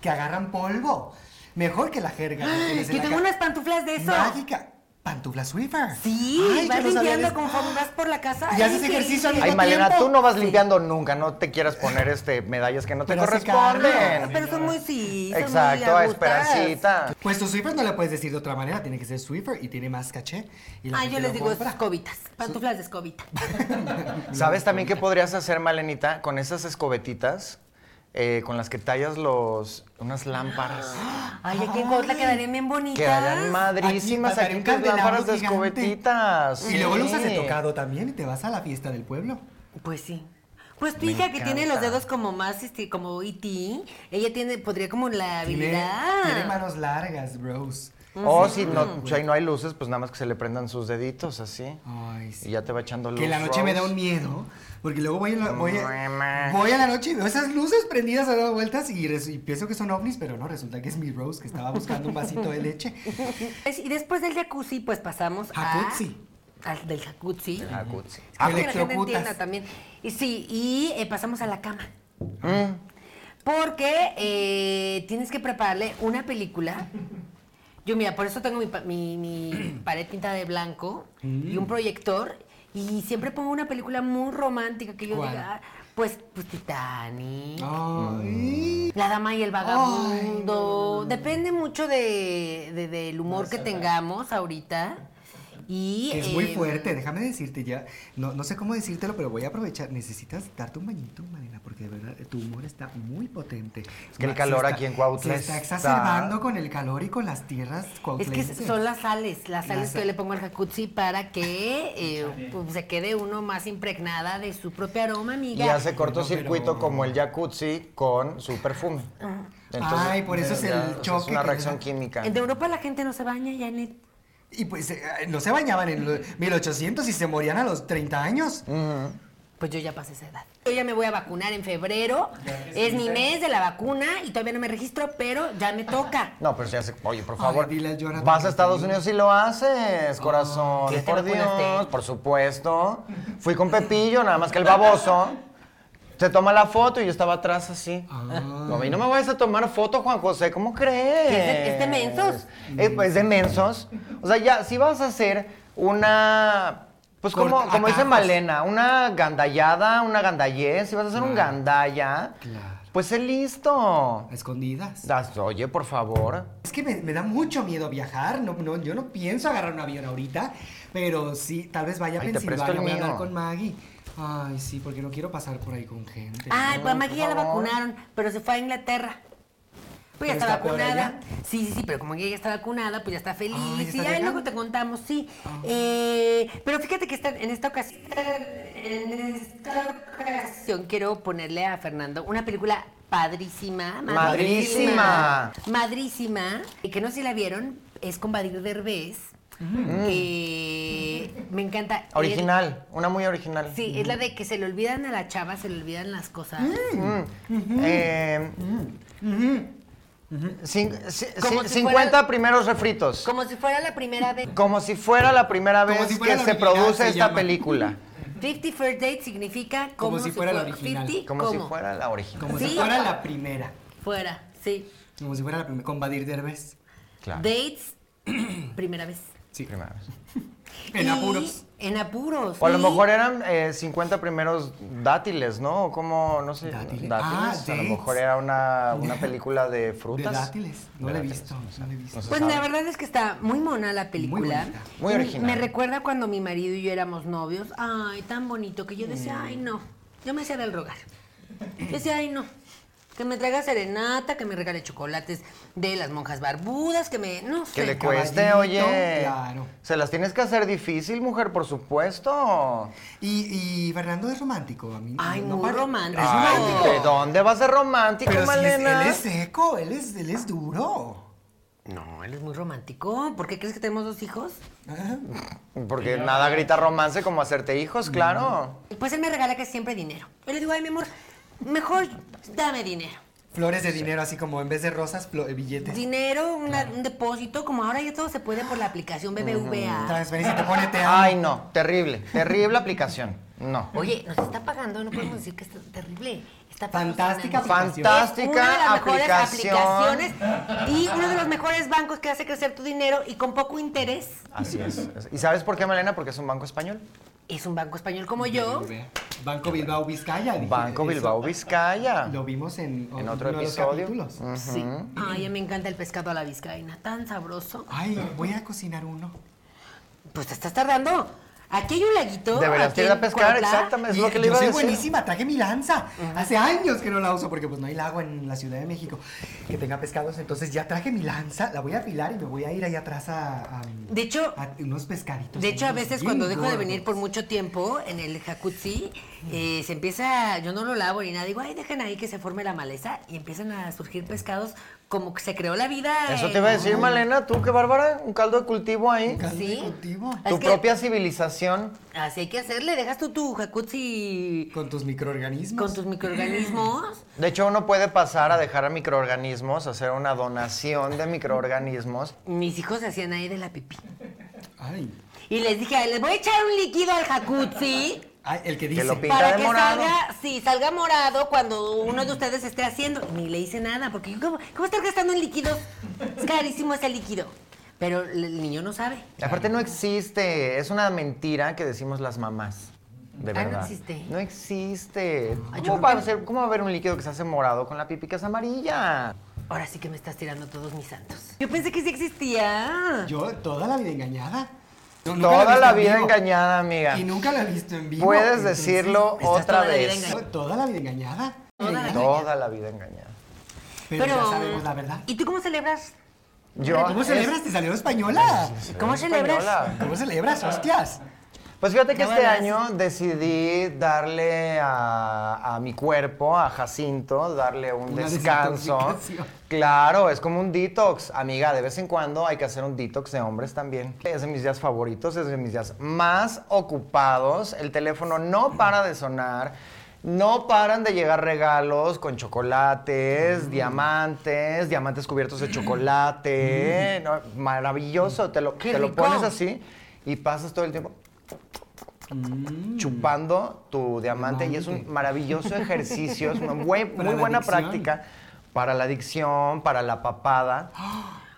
Speaker 2: que agarran polvo. Mejor que la jerga. que
Speaker 3: Ay,
Speaker 2: tienes en
Speaker 3: Yo
Speaker 2: la
Speaker 3: tengo
Speaker 2: ca-
Speaker 3: unas pantuflas de eso.
Speaker 2: Mágica. pantuflas Swiffer.
Speaker 3: Sí,
Speaker 2: Ay,
Speaker 3: vas
Speaker 2: yo no sabía de
Speaker 3: limpiando
Speaker 2: esto.
Speaker 3: conforme vas por la casa.
Speaker 2: Y haces
Speaker 3: Ay,
Speaker 2: ejercicio
Speaker 3: qué
Speaker 2: al mismo
Speaker 3: rico.
Speaker 2: tiempo.
Speaker 1: Ay, Malena, tú no vas limpiando nunca, no te quieras poner este medallas que no te
Speaker 2: Pero sí,
Speaker 1: corresponden.
Speaker 2: Carlos.
Speaker 3: Pero son muy sí. son
Speaker 1: Exacto,
Speaker 3: muy
Speaker 1: a
Speaker 3: agustadas.
Speaker 1: Esperancita.
Speaker 2: Pues tu Swiffer no le puedes decir de otra manera, tiene que ser Swiffer y tiene más caché. Y la
Speaker 3: Ah,
Speaker 2: gente
Speaker 3: yo les
Speaker 2: lo
Speaker 3: digo
Speaker 2: compra.
Speaker 3: escobitas, pantuflas de escobita.
Speaker 1: ¿Sabes también qué podrías hacer, Malenita? Con esas escobetitas eh, con las que tallas los, unas lámparas.
Speaker 3: Ay, aquí en Cuautla quedarían bien bonitas.
Speaker 1: Quedarían madrísimas
Speaker 2: Aquí,
Speaker 1: aquí,
Speaker 2: un
Speaker 1: tus lámparas
Speaker 2: candelabro
Speaker 1: de
Speaker 2: gigante.
Speaker 1: escobetitas.
Speaker 2: Y luego lo
Speaker 1: Sí.
Speaker 2: usas de tocado también y te vas a la fiesta del pueblo.
Speaker 3: Pues sí. Pues tu
Speaker 1: Me
Speaker 3: hija que tiene los
Speaker 1: encanta.
Speaker 3: dedos como más, este, como IT, ella tiene, podría como la
Speaker 2: Tiene,
Speaker 3: habilidad. Mm,
Speaker 2: tiene manos largas, Mm. Rose.
Speaker 1: O Oh, si no, si ahí no hay luces, pues nada más que se le prendan sus deditos así.
Speaker 2: Ay, sí.
Speaker 1: Y ya te va echando luz.
Speaker 2: Que en la noche me da un
Speaker 1: Rose.
Speaker 2: miedo, porque luego voy a la, voy a,
Speaker 1: Mamá.
Speaker 2: voy a la noche y veo esas luces prendidas a dar vueltas y, res- y pienso que son ovnis, pero no, resulta que es mi Rose que estaba buscando un vasito de leche.
Speaker 3: Es- Pues, Y después del jacuzzi, pues pasamos a...
Speaker 2: Jacuzzi.
Speaker 3: Al, del jacuzzi.
Speaker 1: Ah, cutsi.
Speaker 3: Es que la gente
Speaker 2: Electrocutas.
Speaker 3: entienda también. Y sí, y eh, pasamos a la cama. Porque eh, tienes que prepararle una película. Yo, mira, por eso tengo mi, pa- mi- mi pared pintada de blanco y
Speaker 2: Mm.
Speaker 3: un proyector. Y siempre pongo una película muy romántica que yo
Speaker 2: ¿Cuál? Ah.
Speaker 3: diga, ah, pues, pues Titanic.
Speaker 2: Ay.
Speaker 3: La dama y el vagabundo. Depende mucho de, de- del humor que tengamos ahorita. Y,
Speaker 2: Es muy
Speaker 3: eh,
Speaker 2: fuerte, déjame decirte ya. No, no sé cómo decírtelo, pero voy a aprovechar. Necesitas darte un bañito, Marina, porque de verdad tu humor está muy potente. Es
Speaker 1: que el calor aquí en Cuautla
Speaker 2: se está
Speaker 1: está-
Speaker 2: exacerbando con el calor y con las tierras
Speaker 3: Es que
Speaker 2: cuautlenses.
Speaker 3: son las sales, las sales
Speaker 2: Las
Speaker 3: que yo le pongo al jacuzzi para que eh, pues, se quede uno más impregnada de su propio aroma,
Speaker 1: Y
Speaker 3: amiga.
Speaker 1: hace cortocircuito
Speaker 2: pero-
Speaker 1: como el jacuzzi con su perfume.
Speaker 2: Ay, por eso es el
Speaker 1: ya, o sea,
Speaker 2: choque
Speaker 1: Es una
Speaker 2: que
Speaker 1: reacción
Speaker 2: da.
Speaker 1: química.
Speaker 3: En Europa la gente no se baña, Janet.
Speaker 2: Y pues eh, no se bañaban en los 1800 y se morían a los 30 años.
Speaker 1: Mm.
Speaker 3: Pues yo ya pasé esa edad. Yo ya me voy a vacunar en febrero. Es mi mes de la vacuna y todavía no me registro, pero ya me toca.
Speaker 1: No, pero ya se. Oye, por
Speaker 2: Ay,
Speaker 1: favor.
Speaker 2: dile a Jonathan
Speaker 1: vas
Speaker 2: que
Speaker 1: a Estados
Speaker 2: te
Speaker 1: Unidos y lo haces, corazón.
Speaker 3: ¿Sí te
Speaker 1: por Dios,
Speaker 3: vacunaste?
Speaker 1: por supuesto. Fui con Pepillo, nada más que el baboso. Se toma la foto y yo estaba atrás así.
Speaker 2: Ah.
Speaker 1: No, a mí no me vayas a tomar foto, Juan José, ¿cómo crees?
Speaker 3: ¿Qué es de- es de mensos?
Speaker 1: Es, es de mensos. O sea, ya, si vas a hacer una. Pues como,
Speaker 2: Corta-
Speaker 1: como dice
Speaker 2: atajos.
Speaker 1: Malena, una gandallada, una gandallez, si vas a hacer un gandalla,
Speaker 2: Claro.
Speaker 1: pues sé listo.
Speaker 2: A Escondidas.
Speaker 1: Das- Oye, por favor.
Speaker 2: Es que me, me da mucho miedo viajar. No, no, yo no pienso agarrar un avión ahorita, pero sí, tal vez vaya a
Speaker 1: Ay, te presto
Speaker 2: Pensilvania.
Speaker 1: el
Speaker 2: Voy a hablar
Speaker 1: mío.
Speaker 2: con Maggie. Ay, sí, porque no quiero pasar por ahí con gente.
Speaker 3: Ay,
Speaker 1: No,
Speaker 3: pues a Maggie
Speaker 1: por
Speaker 3: ya la
Speaker 1: favor.
Speaker 3: vacunaron, pero se fue a Inglaterra. Pues
Speaker 2: ¿Pero
Speaker 3: ya está,
Speaker 2: está por
Speaker 3: vacunada.
Speaker 2: allá?
Speaker 3: Sí, sí, sí, pero como ella ya está vacunada, pues ya está feliz.
Speaker 2: Ah, ya está
Speaker 3: y ahí luego
Speaker 2: legal.
Speaker 3: te contamos, sí. Eh, pero fíjate que esta- en esta ocasión, en esta ocasión quiero ponerle a Fernando una película padrísima.
Speaker 1: Madrísima.
Speaker 3: Madrísima. Y que no sé si la vieron, es con Badir Derbez.
Speaker 2: Mm.
Speaker 3: que me encanta.
Speaker 1: Original, una muy original.
Speaker 3: Sí, es la de que se le olvidan a la chava, se le olvidan las cosas.
Speaker 2: Ah,
Speaker 1: Mm. Eh, cin- ci-
Speaker 3: Como
Speaker 1: ci-
Speaker 3: si
Speaker 1: 50
Speaker 3: fuera-
Speaker 1: primeros refritos.
Speaker 3: Como si fuera la primera vez.
Speaker 1: Como si fuera la primera
Speaker 2: Como
Speaker 1: vez
Speaker 2: si fuera
Speaker 1: que
Speaker 2: la
Speaker 1: se
Speaker 2: original,
Speaker 1: produce
Speaker 2: se
Speaker 1: esta
Speaker 2: llama.
Speaker 1: película.
Speaker 3: 50 First Date significa como, si, fuera
Speaker 2: la original.
Speaker 3: 50,
Speaker 1: Como si
Speaker 3: ¿cómo?
Speaker 1: fuera la original.
Speaker 2: Como
Speaker 3: Sí.
Speaker 2: si fuera la primera.
Speaker 3: Fuera, sí.
Speaker 2: Como si fuera la primera. Con Badir Derbez.
Speaker 1: Claro.
Speaker 3: Dates, primera vez.
Speaker 2: Sí.
Speaker 1: Primera vez.
Speaker 2: En
Speaker 3: Y-
Speaker 2: apuros.
Speaker 3: En apuros.
Speaker 1: O a lo
Speaker 3: y-
Speaker 1: mejor eran eh, 50 primeros dátiles, ¿no? O como, no sé.
Speaker 2: Dátiles.
Speaker 1: Dátiles.
Speaker 2: Ah,
Speaker 1: a lo
Speaker 2: dates.
Speaker 1: mejor era una, una película de
Speaker 2: De
Speaker 1: frutas.
Speaker 2: dátiles. No
Speaker 1: De
Speaker 2: la he
Speaker 1: dátiles.
Speaker 2: visto. No la he visto.
Speaker 1: No sé.
Speaker 3: Pues
Speaker 1: sabe.
Speaker 3: la verdad es que está muy mona la película.
Speaker 2: bonita.
Speaker 1: Muy
Speaker 3: Mm,
Speaker 1: original.
Speaker 3: Me recuerda cuando mi marido y yo éramos novios. Ay, tan bonito que yo decía,
Speaker 2: Mm.
Speaker 3: ay, no. Yo me hacía del rogar. Yo decía, ay, no. Que me traiga serenata, que me regale chocolates de las monjas barbudas, que me. No sé.
Speaker 1: Que le
Speaker 2: caballito,
Speaker 1: cueste, oye.
Speaker 2: claro.
Speaker 1: Se las tienes que hacer difícil, mujer, por supuesto.
Speaker 2: Y, y Fernando es romántico. A mí
Speaker 3: Ay,
Speaker 2: no
Speaker 3: muy
Speaker 2: pare-
Speaker 3: romántico.
Speaker 2: Es
Speaker 1: Ay,
Speaker 2: romántico.
Speaker 1: ¿De dónde vas a ser romántico,
Speaker 2: Pero sí es-
Speaker 1: Malena?
Speaker 2: él es seco. Él es, él es duro.
Speaker 3: No, él es muy romántico. ¿Por qué crees que tenemos dos hijos?
Speaker 2: Ah.
Speaker 1: Porque nada grita romance como hacerte hijos, claro.
Speaker 3: Pues él me regala que siempre dinero. Yo le digo, ay, mi amor, mejor dame dinero.
Speaker 2: Flores de dinero, así como en vez de rosas, flo- eh, billetes.
Speaker 3: Dinero, una- un depósito, como ahora ya todo se puede por la aplicación BBVA.
Speaker 2: Transferencia, te pone te amo.
Speaker 1: Ay, no, terrible, terrible aplicación. No.
Speaker 3: Oye, nos está pagando, no podemos decir que está terrible. Está
Speaker 2: Fantástica
Speaker 3: patrocinando.
Speaker 2: aplicación.
Speaker 1: Fantástica
Speaker 3: Una de las mejores
Speaker 1: aplicación.
Speaker 3: aplicaciones y uno de los mejores bancos que hace crecer tu dinero y con poco interés.
Speaker 1: Así es. ¿Y sabes por qué, Malena? Porque es un banco español.
Speaker 3: Es un banco español como yo.
Speaker 2: Banco Bilbao Vizcaya. dije,
Speaker 1: Banco
Speaker 2: eso.
Speaker 1: Bilbao Vizcaya.
Speaker 2: Lo vimos en,
Speaker 1: En otro
Speaker 2: uno de los
Speaker 1: episodio. Mm.
Speaker 2: capítulos.
Speaker 3: Sí. Ay, me encanta el pescado a la vizcaína, tan sabroso.
Speaker 2: Ay, voy a cocinar uno.
Speaker 3: Pues te estás tardando. Aquí hay un laguito.
Speaker 1: Deberías
Speaker 3: aquí
Speaker 1: ir a
Speaker 3: en
Speaker 1: pescar,
Speaker 3: Cuautla.
Speaker 1: exactamente, es lo
Speaker 2: Mira,
Speaker 1: que le
Speaker 2: yo
Speaker 1: iba a
Speaker 2: soy
Speaker 1: decir.
Speaker 2: buenísima, traje mi lanza. Hace años que no la uso porque pues no hay lago en la Ciudad de México que tenga pescados. Entonces ya traje mi lanza, la voy a afilar y me voy a ir allá atrás a, a-
Speaker 3: De hecho-
Speaker 2: a unos pescaditos.
Speaker 3: De hecho, a
Speaker 2: unos
Speaker 3: veces
Speaker 2: bien
Speaker 3: cuando dejo de
Speaker 2: gordos.
Speaker 3: venir por mucho tiempo en el jacuzzi, eh, se empieza, yo no lo lavo ni nada, digo, ay, dejen ahí que se forme la maleza y empiezan a surgir pescados como que se creó la vida.
Speaker 1: Eso
Speaker 3: en-
Speaker 1: te iba a decir, Malena, tú qué bárbara, un caldo de cultivo ahí.
Speaker 2: Caldo de
Speaker 3: Sí.
Speaker 2: cultivo.
Speaker 3: Es
Speaker 1: Tu
Speaker 3: que-
Speaker 1: propia civilización.
Speaker 3: Así hay que hacerle, dejas tú tu jacuzzi
Speaker 2: Con tus microorganismos.
Speaker 3: con tus microorganismos.
Speaker 1: De hecho, uno puede pasar a dejar a microorganismos, hacer una donación de microorganismos.
Speaker 3: Mis hijos se hacían ahí de la pipí.
Speaker 2: Ay.
Speaker 3: Y les dije, les voy a echar un líquido al jacuzzi.
Speaker 2: Ay, el que
Speaker 1: Que
Speaker 2: dice.
Speaker 1: lo pi- Pinta
Speaker 3: Para
Speaker 1: de
Speaker 3: que
Speaker 1: morado.
Speaker 3: salga, sí, salga morado cuando uno de ustedes esté haciendo. Ni le hice nada, porque yo, ¿cómo, cómo estar gastando en líquidos? Es carísimo ese líquido. Pero el el niño no sabe.
Speaker 1: Aparte no existe, es una mentira que decimos las mamás. De
Speaker 3: Ah, no
Speaker 1: verdad.
Speaker 3: existe.
Speaker 1: No existe.
Speaker 3: Ay, yo
Speaker 1: ¿Cómo,
Speaker 3: creo
Speaker 1: va a
Speaker 3: que-
Speaker 1: ser- cómo va a haber un líquido que se hace morado con la pipi que es amarilla?
Speaker 3: Ahora sí que me estás tirando todos mis santos. Yo pensé que sí existía.
Speaker 2: Yo toda la vida engañada. Yo nunca lo he
Speaker 1: Toda
Speaker 2: visto
Speaker 1: la
Speaker 2: en
Speaker 1: vida
Speaker 2: vivo.
Speaker 1: engañada, amiga.
Speaker 2: Y nunca la he visto en vivo.
Speaker 1: Puedes
Speaker 2: entonces-
Speaker 1: decirlo
Speaker 3: estás
Speaker 1: otra
Speaker 3: toda la vida
Speaker 1: vez.
Speaker 3: engañada.
Speaker 2: Toda la vida engañada.
Speaker 3: Toda la
Speaker 2: Engañada.
Speaker 1: Toda la vida engañada.
Speaker 2: Pero, ya sabemos la verdad.
Speaker 3: ¿Y tú cómo celebras?
Speaker 1: Yo-
Speaker 2: ¿Cómo
Speaker 1: es-
Speaker 2: celebras? ¿Te salió española?
Speaker 3: ¿Cómo celebras?
Speaker 1: española.
Speaker 2: ¿Cómo celebras? ¡Hostias!
Speaker 1: Pues fíjate que
Speaker 3: No,
Speaker 1: este
Speaker 3: ¿verdad?
Speaker 1: año decidí darle a, a mi cuerpo, a Jacinto, darle un
Speaker 2: Una
Speaker 1: descanso.
Speaker 2: desintoxicación.
Speaker 1: Claro, es como un detox. Amiga, de vez en cuando hay que hacer un detox de hombres también. Es de mis días favoritos, es de mis días más ocupados. El teléfono no para de sonar. No paran de llegar regalos con chocolates, diamantes, diamantes cubiertos de chocolate. No, maravilloso, te lo,
Speaker 3: Qué
Speaker 1: te lo
Speaker 3: rico.
Speaker 1: pones así y pasas todo el tiempo chupando tu diamante y es un
Speaker 2: Diamante.
Speaker 1: maravilloso ejercicio, es una buen-
Speaker 2: Para
Speaker 1: muy
Speaker 2: la
Speaker 1: buena
Speaker 2: adicción.
Speaker 1: práctica para la adicción, para la papada,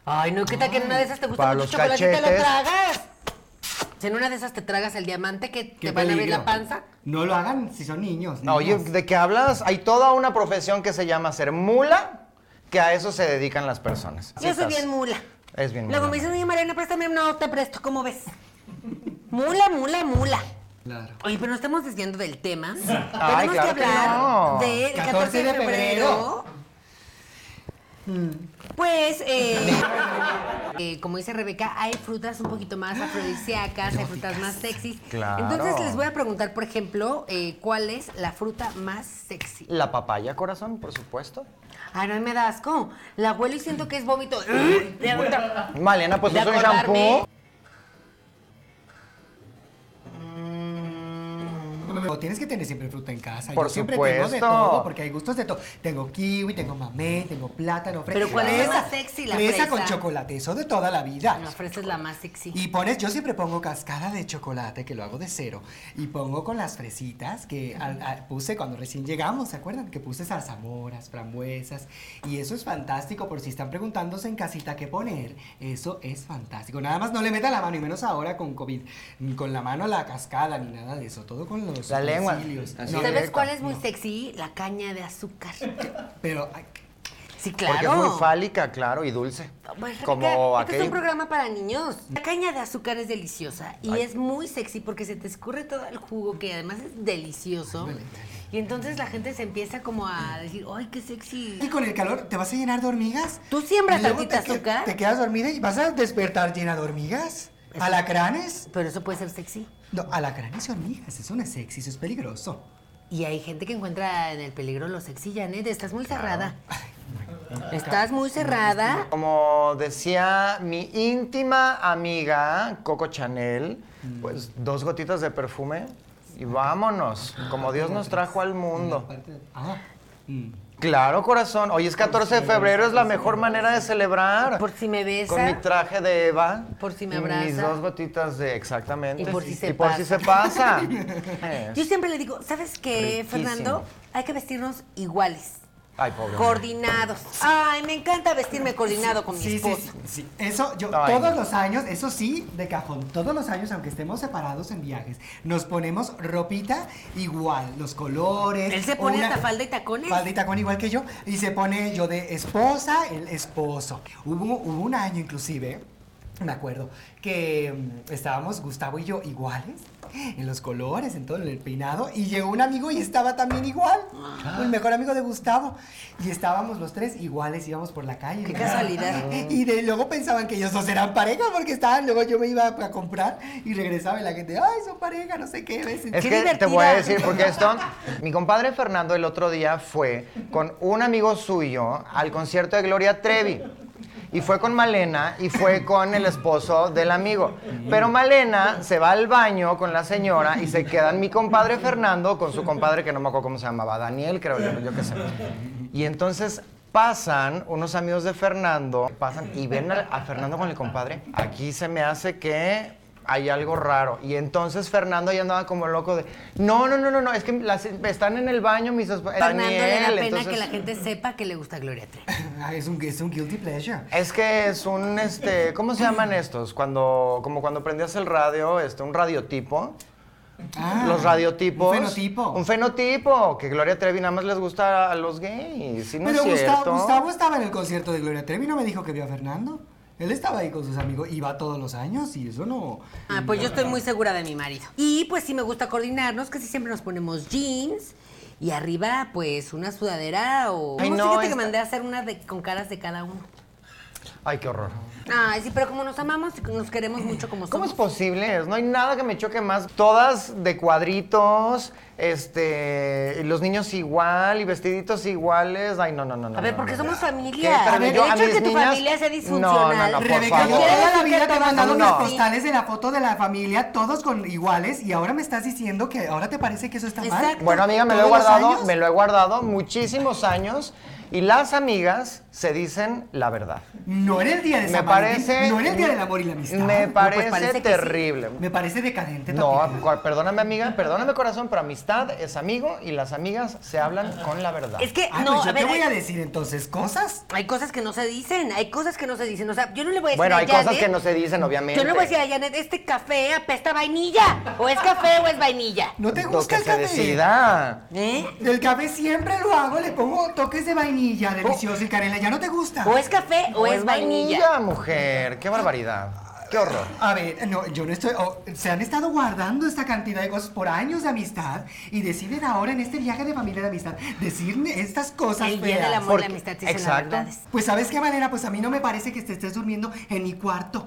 Speaker 3: Ay, no, ¿qué tal que en una de esas te gusta
Speaker 1: Para
Speaker 3: mucho
Speaker 1: los
Speaker 3: chocolate y te lo
Speaker 1: cachetes.
Speaker 3: tragas? Si en una de esas te tragas el diamante que te
Speaker 2: ¡Qué
Speaker 3: van a abrir
Speaker 2: peligro!
Speaker 3: la panza.
Speaker 2: No lo hagan si son niños.
Speaker 1: No, oye,
Speaker 2: niñas.
Speaker 1: ¿de qué hablas? Hay toda una profesión que se llama ser mula, que a eso se dedican las personas.
Speaker 3: Yo soy
Speaker 1: Estás-
Speaker 3: bien mula.
Speaker 1: Es bien
Speaker 3: Luego
Speaker 1: mula.
Speaker 3: me dicen, oye, Mariana, préstame. No, te presto, ¿cómo ves? Mula, mula, mula.
Speaker 2: Claro.
Speaker 3: Oye, pero no estamos desviando del tema. Tenemos
Speaker 1: Ay,
Speaker 3: que
Speaker 1: claro que
Speaker 3: hablar
Speaker 1: no.
Speaker 3: del 14, de febrero. Pues, eh, eh, como dice Rebeca, hay frutas un poquito más afrodisíacas, hay frutas más sexys.
Speaker 1: Claro.
Speaker 3: Entonces les voy a preguntar, por ejemplo, eh, ¿cuál es la fruta más sexy?
Speaker 1: La papaya, corazón, por supuesto.
Speaker 3: Ay, no me da asco. La huelo y siento que es vómito. De otra-
Speaker 1: Malena, pues
Speaker 3: De
Speaker 1: es un
Speaker 3: acordarme.
Speaker 1: shampoo.
Speaker 2: O tienes que tener siempre fruta en casa.
Speaker 1: Por
Speaker 2: Yo siempre tengo de
Speaker 1: supuesto.
Speaker 2: todo, porque hay gustos de todo. Tengo kiwi, tengo mamé, tengo plátano, fresa.
Speaker 3: Pero ¿cuál es la
Speaker 2: Fresa.
Speaker 3: más sexy? La
Speaker 2: fresa
Speaker 3: fresa.
Speaker 2: con chocolate, eso de toda la vida.
Speaker 3: La fresa es la más sexy.
Speaker 2: Y pones, yo siempre pongo cascada de chocolate, que lo hago de cero. Y pongo con las fresitas que al- al- puse cuando recién llegamos, ¿se acuerdan? Que puse zarzamoras, frambuesas. Y eso es fantástico, por si están preguntándose en casita qué poner. Eso es fantástico. Nada más no le meta la mano, y menos ahora con COVID. ni Con la mano a la cascada, ni nada de eso. Todo con los
Speaker 1: La lengua.
Speaker 2: utensilios.
Speaker 1: Así
Speaker 2: No,
Speaker 1: es.
Speaker 3: ¿Sabes
Speaker 1: directo,
Speaker 3: cuál es muy
Speaker 2: no.
Speaker 3: sexy? La caña de azúcar.
Speaker 2: Pero ay,
Speaker 3: Sí, claro.
Speaker 1: Porque es muy fálica, claro, y dulce.
Speaker 3: Pues, Rebeca,
Speaker 1: Como
Speaker 3: este es un
Speaker 1: aquel.
Speaker 3: programa para niños. La caña de azúcar es deliciosa y es muy sexy porque se te escurre todo el jugo que además es delicioso.
Speaker 2: Ay, vale, vale.
Speaker 3: Y entonces la gente se empieza como a decir, ¡ay, qué sexy!
Speaker 2: Y con el calor, ¿te vas a llenar de hormigas?
Speaker 3: ¿Tú siembras
Speaker 2: Y luego
Speaker 3: tantita
Speaker 2: te que-
Speaker 3: azúcar?
Speaker 2: Te quedas dormida y vas a despertar llena de hormigas.
Speaker 3: Eso.
Speaker 2: ¿Alacranes?
Speaker 3: Pero eso puede ser sexy.
Speaker 2: No, alacranes y hormigas, eso no es sexy, eso es peligroso.
Speaker 3: Y hay gente que encuentra en el peligro lo sexy, Janet. Estás muy cerrada. Estás muy cerrada.
Speaker 1: Como decía mi íntima amiga Coco Chanel, pues dos gotitas de perfume y vámonos, como Dios nos trajo al mundo.
Speaker 2: Ah, mm.
Speaker 1: Claro, corazón. Hoy es 14 de febrero, es la mejor manera de celebrar.
Speaker 3: Por si me besa.
Speaker 1: Con mi traje de Eva.
Speaker 3: Por si me
Speaker 1: y
Speaker 3: abraza.
Speaker 1: Mis dos gotitas de. Exactamente.
Speaker 3: Y por si se
Speaker 1: y por
Speaker 3: pasa.
Speaker 1: si se pasa.
Speaker 3: Yo siempre le digo, ¿sabes qué,
Speaker 1: Riquísimo.
Speaker 3: Fernando? Hay que vestirnos iguales,
Speaker 1: Ay, pobre.
Speaker 3: coordinados. Ay, me encanta vestirme coordinado con mi
Speaker 2: Sí, sí,
Speaker 3: esposo.
Speaker 2: sí, sí. Eso, yo
Speaker 1: Ay,
Speaker 2: todos
Speaker 1: no.
Speaker 2: los años, eso sí, de cajón, todos los años, aunque estemos separados en viajes, nos ponemos ropita igual, los colores.
Speaker 3: Él se
Speaker 2: o
Speaker 3: pone
Speaker 2: una-
Speaker 3: hasta falda y tacones.
Speaker 2: Falda y tacón igual que yo, y se pone yo de esposa, el esposo. Hubo, hubo un año inclusive, me acuerdo, que mm, estábamos Gustavo y yo iguales, en los colores, en todo en el peinado, y llegó un amigo y estaba también igual, el mejor amigo de Gustavo, y estábamos los tres iguales, íbamos por la calle.
Speaker 3: Qué casualidad.
Speaker 2: Y de, luego pensaban que ellos dos eran pareja porque estaban, luego yo me iba a comprar y regresaba y la gente, ay, son pareja, no sé qué. ¿ves?".
Speaker 1: Es
Speaker 3: Qué
Speaker 1: que
Speaker 3: divertida.
Speaker 1: te voy a decir, porque esto, mi compadre Fernando el otro día fue con un amigo suyo al concierto de Gloria Trevi. Y fue con Malena y fue con el esposo del amigo. Pero Malena se va al baño con la señora y se quedan mi compadre Fernando con su compadre que no me acuerdo cómo se llamaba, Daniel creo, yo, yo qué sé. Y entonces pasan unos amigos de Fernando, pasan y ven a, a Fernando con el compadre. Aquí se me hace que hay algo raro. Y entonces Fernando ya andaba como loco de, no, no, no, no, no, es que las- están en el baño mis esp-
Speaker 3: Fernando le da
Speaker 1: Daniel",
Speaker 3: pena
Speaker 1: entonces-
Speaker 3: que la gente sepa que le gusta Gloria Trevi.
Speaker 2: Ay, es, un, es un guilty pleasure.
Speaker 1: Es que es un, este, ¿cómo se llaman estos? Cuando, como cuando prendías el radio, este, un radiotipo.
Speaker 2: Ah,
Speaker 1: los radiotipos.
Speaker 2: Un fenotipo.
Speaker 1: Un fenotipo, que Gloria Trevi nada más les gusta a los gays, ¿sí no
Speaker 2: Pero
Speaker 1: es cierto?
Speaker 2: Gustavo, Gustavo estaba en el concierto de Gloria Trevi, no me dijo que vio a Fernando. Él estaba ahí con sus amigos, iba todos los años y eso no.
Speaker 3: Ah, pues yo estoy muy segura de mi marido. Y pues sí me gusta coordinarnos, casi siempre nos ponemos jeans y arriba pues una sudadera o...
Speaker 1: Ay,
Speaker 3: Como
Speaker 1: no,
Speaker 3: fíjate que
Speaker 1: esta-
Speaker 3: mandé a hacer una de- con caras de cada uno.
Speaker 1: Ay, qué horror.
Speaker 3: Ay, sí, pero como nos amamos y nos queremos mucho como
Speaker 1: ¿Cómo
Speaker 3: somos.
Speaker 1: es posible? No hay nada que me choque más. Todas de cuadritos, este, y los niños igual y vestiditos iguales. Ay, no, no, no, no.
Speaker 3: A ver,
Speaker 1: no,
Speaker 3: porque
Speaker 1: no.
Speaker 3: somos familia.
Speaker 1: Qué terrible.
Speaker 3: A ver,
Speaker 1: Yo
Speaker 3: el hecho
Speaker 1: a
Speaker 3: de
Speaker 1: mis
Speaker 3: que tu
Speaker 1: niñas-
Speaker 3: familia sea
Speaker 1: No, no,
Speaker 3: disfuncional.
Speaker 1: no, por
Speaker 2: Rebeca, yo
Speaker 1: favor.
Speaker 2: toda la
Speaker 3: ¿Quieres
Speaker 2: vida
Speaker 3: que
Speaker 2: te he mandado
Speaker 1: no?
Speaker 2: unas postales de la foto de la familia, todos con iguales, y ahora me estás diciendo que ahora te parece que eso está mal.
Speaker 3: Exacto.
Speaker 1: Bueno, amiga, me lo he
Speaker 2: ¿Todos los
Speaker 1: guardado,
Speaker 2: años?
Speaker 1: me lo he guardado muchísimos años y las amigas se dicen la verdad.
Speaker 2: No era el día
Speaker 1: Me
Speaker 2: de San Valentín,
Speaker 1: parece
Speaker 2: No era el día del amor y la amistad.
Speaker 1: Me parece,
Speaker 3: pues parece que sí.
Speaker 1: terrible.
Speaker 2: Me parece decadente.
Speaker 1: No,
Speaker 2: Paquita.
Speaker 1: cu- perdóname amiga, perdóname corazón, pero amistad es amigo y las amigas se hablan con la verdad.
Speaker 3: Es que,
Speaker 2: Ah,
Speaker 3: no,
Speaker 2: pues yo
Speaker 3: a ver, eh,
Speaker 2: te voy
Speaker 3: hay-
Speaker 2: a decir entonces cosas.
Speaker 3: hay cosas que no se dicen, hay cosas que no se dicen. O sea, yo no le voy a decir
Speaker 1: bueno,
Speaker 3: a
Speaker 1: hay cosas
Speaker 3: Janet-
Speaker 1: que no se dicen, obviamente.
Speaker 3: Este Yo no le voy a decir a Janet, este café apesta a vainilla. O es café o es vainilla.
Speaker 2: ¿No te
Speaker 1: Lo
Speaker 2: gusta
Speaker 1: que
Speaker 2: el
Speaker 1: se
Speaker 2: café?
Speaker 1: decida.
Speaker 3: ¿Eh?
Speaker 2: El café siempre lo hago, le pongo toques de vainilla, delicioso y canela. ¿Ya no te gusta?
Speaker 3: O es café o, es vainilla.
Speaker 1: mujer. Qué barbaridad. Qué horror.
Speaker 2: A ver, no, yo no estoy. oh, se han estado guardando esta cantidad de cosas por años de amistad y deciden ahora en este viaje de familia de amistad decirme estas cosas.
Speaker 3: El día
Speaker 2: feas.
Speaker 3: del amor,
Speaker 1: Porque-
Speaker 3: la amistad, dicen las
Speaker 1: Exacto.
Speaker 3: verdades.
Speaker 2: Pues, ¿sabes qué, manera? Pues a mí no me parece que te estés durmiendo en mi cuarto.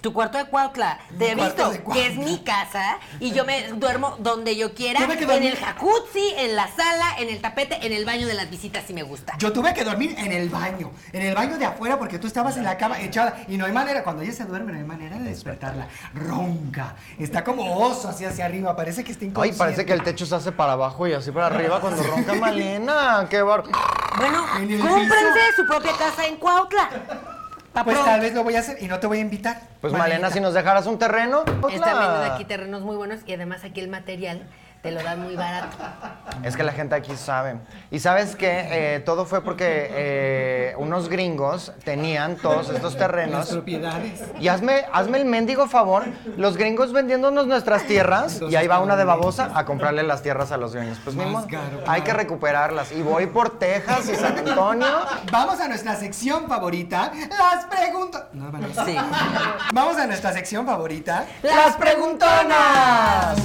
Speaker 3: Tu cuarto de Cuautla, te he
Speaker 2: Mi cuarto
Speaker 3: visto
Speaker 2: de
Speaker 3: que
Speaker 2: Cuautla.
Speaker 3: es mi casa y yo me duermo donde yo quiera,
Speaker 2: Yo me quedo
Speaker 3: en
Speaker 2: en
Speaker 3: el
Speaker 2: mi-
Speaker 3: jacuzzi, en la sala, en el tapete, en el baño de las visitas si me gusta.
Speaker 2: Yo tuve que dormir en el baño, en el baño de afuera porque tú estabas en la cama echada y no hay manera, cuando ella se duerme no hay manera de despertarla. Ronca, está como oso así hacia arriba, parece que está
Speaker 1: Ay,
Speaker 2: inconsciente.
Speaker 1: parece que el techo se hace para abajo y así para arriba cuando ronca Malena. Qué bar...
Speaker 3: Bueno,
Speaker 2: En el
Speaker 3: cómprense su propia casa en Cuautla. Pa'
Speaker 2: Pues
Speaker 3: pronto.
Speaker 2: tal vez lo voy a hacer y no te voy a invitar.
Speaker 1: Pues Malena, si nos dejaras un terreno. pues,
Speaker 3: Están
Speaker 1: la-
Speaker 3: vendiendo aquí terrenos muy buenos y además aquí el material te lo dan muy barato.
Speaker 1: Es que la gente aquí sabe. Y sabes que todo fue porque eh, unos gringos tenían todos estos
Speaker 2: Las
Speaker 1: terrenos.
Speaker 2: propiedades.
Speaker 1: Y hazme, hazme el mendigo favor, los gringos vendiéndonos nuestras tierras y ahí va una de babosa a comprarle las tierras a los gringos. Pues
Speaker 2: Más
Speaker 1: mismo,
Speaker 2: caro, claro.
Speaker 1: hay que recuperarlas. Y voy por Texas y San Antonio.
Speaker 2: Vamos a nuestra sección favorita, las preguntas. No, Manuel.
Speaker 3: Sí.
Speaker 2: Vamos a nuestra sección favorita.
Speaker 1: ¡Las preguntonas!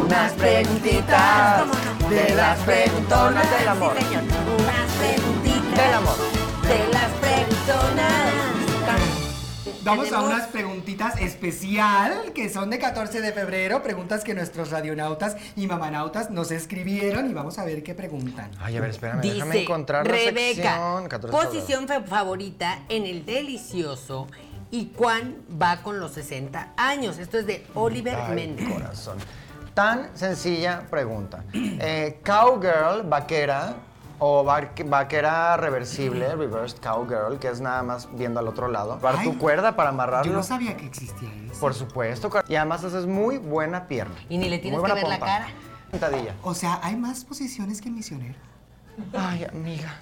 Speaker 3: Unas
Speaker 1: preguntitas de las preguntonas del amor.
Speaker 3: Sí, señor. Unas preguntitas
Speaker 1: Del amor.
Speaker 3: De las preguntonas.
Speaker 2: Vamos a
Speaker 3: Tenemos-
Speaker 2: unas preguntitas especial que son de 14 de febrero, preguntas que nuestros radionautas y mamanautas nos escribieron y vamos a ver qué preguntan.
Speaker 1: Ay, a ver, espérame, déjame
Speaker 3: Dice
Speaker 1: encontrar la
Speaker 3: Rebeca,
Speaker 1: sección. 14 de
Speaker 3: posición fa- favorita en el delicioso y cuán va con los 60 años. Esto es de Oliver
Speaker 1: Ay,
Speaker 3: Méndez.
Speaker 1: corazón. Tan sencilla pregunta. Eh, cowgirl, vaquera, O vaque- vaquera reversible, reversed cowgirl, que es nada más viendo al otro lado. Para
Speaker 2: Ay,
Speaker 1: tu cuerda para amarrarlo.
Speaker 2: Yo no sabía que existía eso.
Speaker 1: Por supuesto. car- Y además haces muy buena pierna.
Speaker 3: Y ni le tienes
Speaker 1: Muy buena
Speaker 3: que ver la cara.
Speaker 1: Sentadilla.
Speaker 2: O sea, hay más posiciones que en misionero.
Speaker 1: Ay, amiga.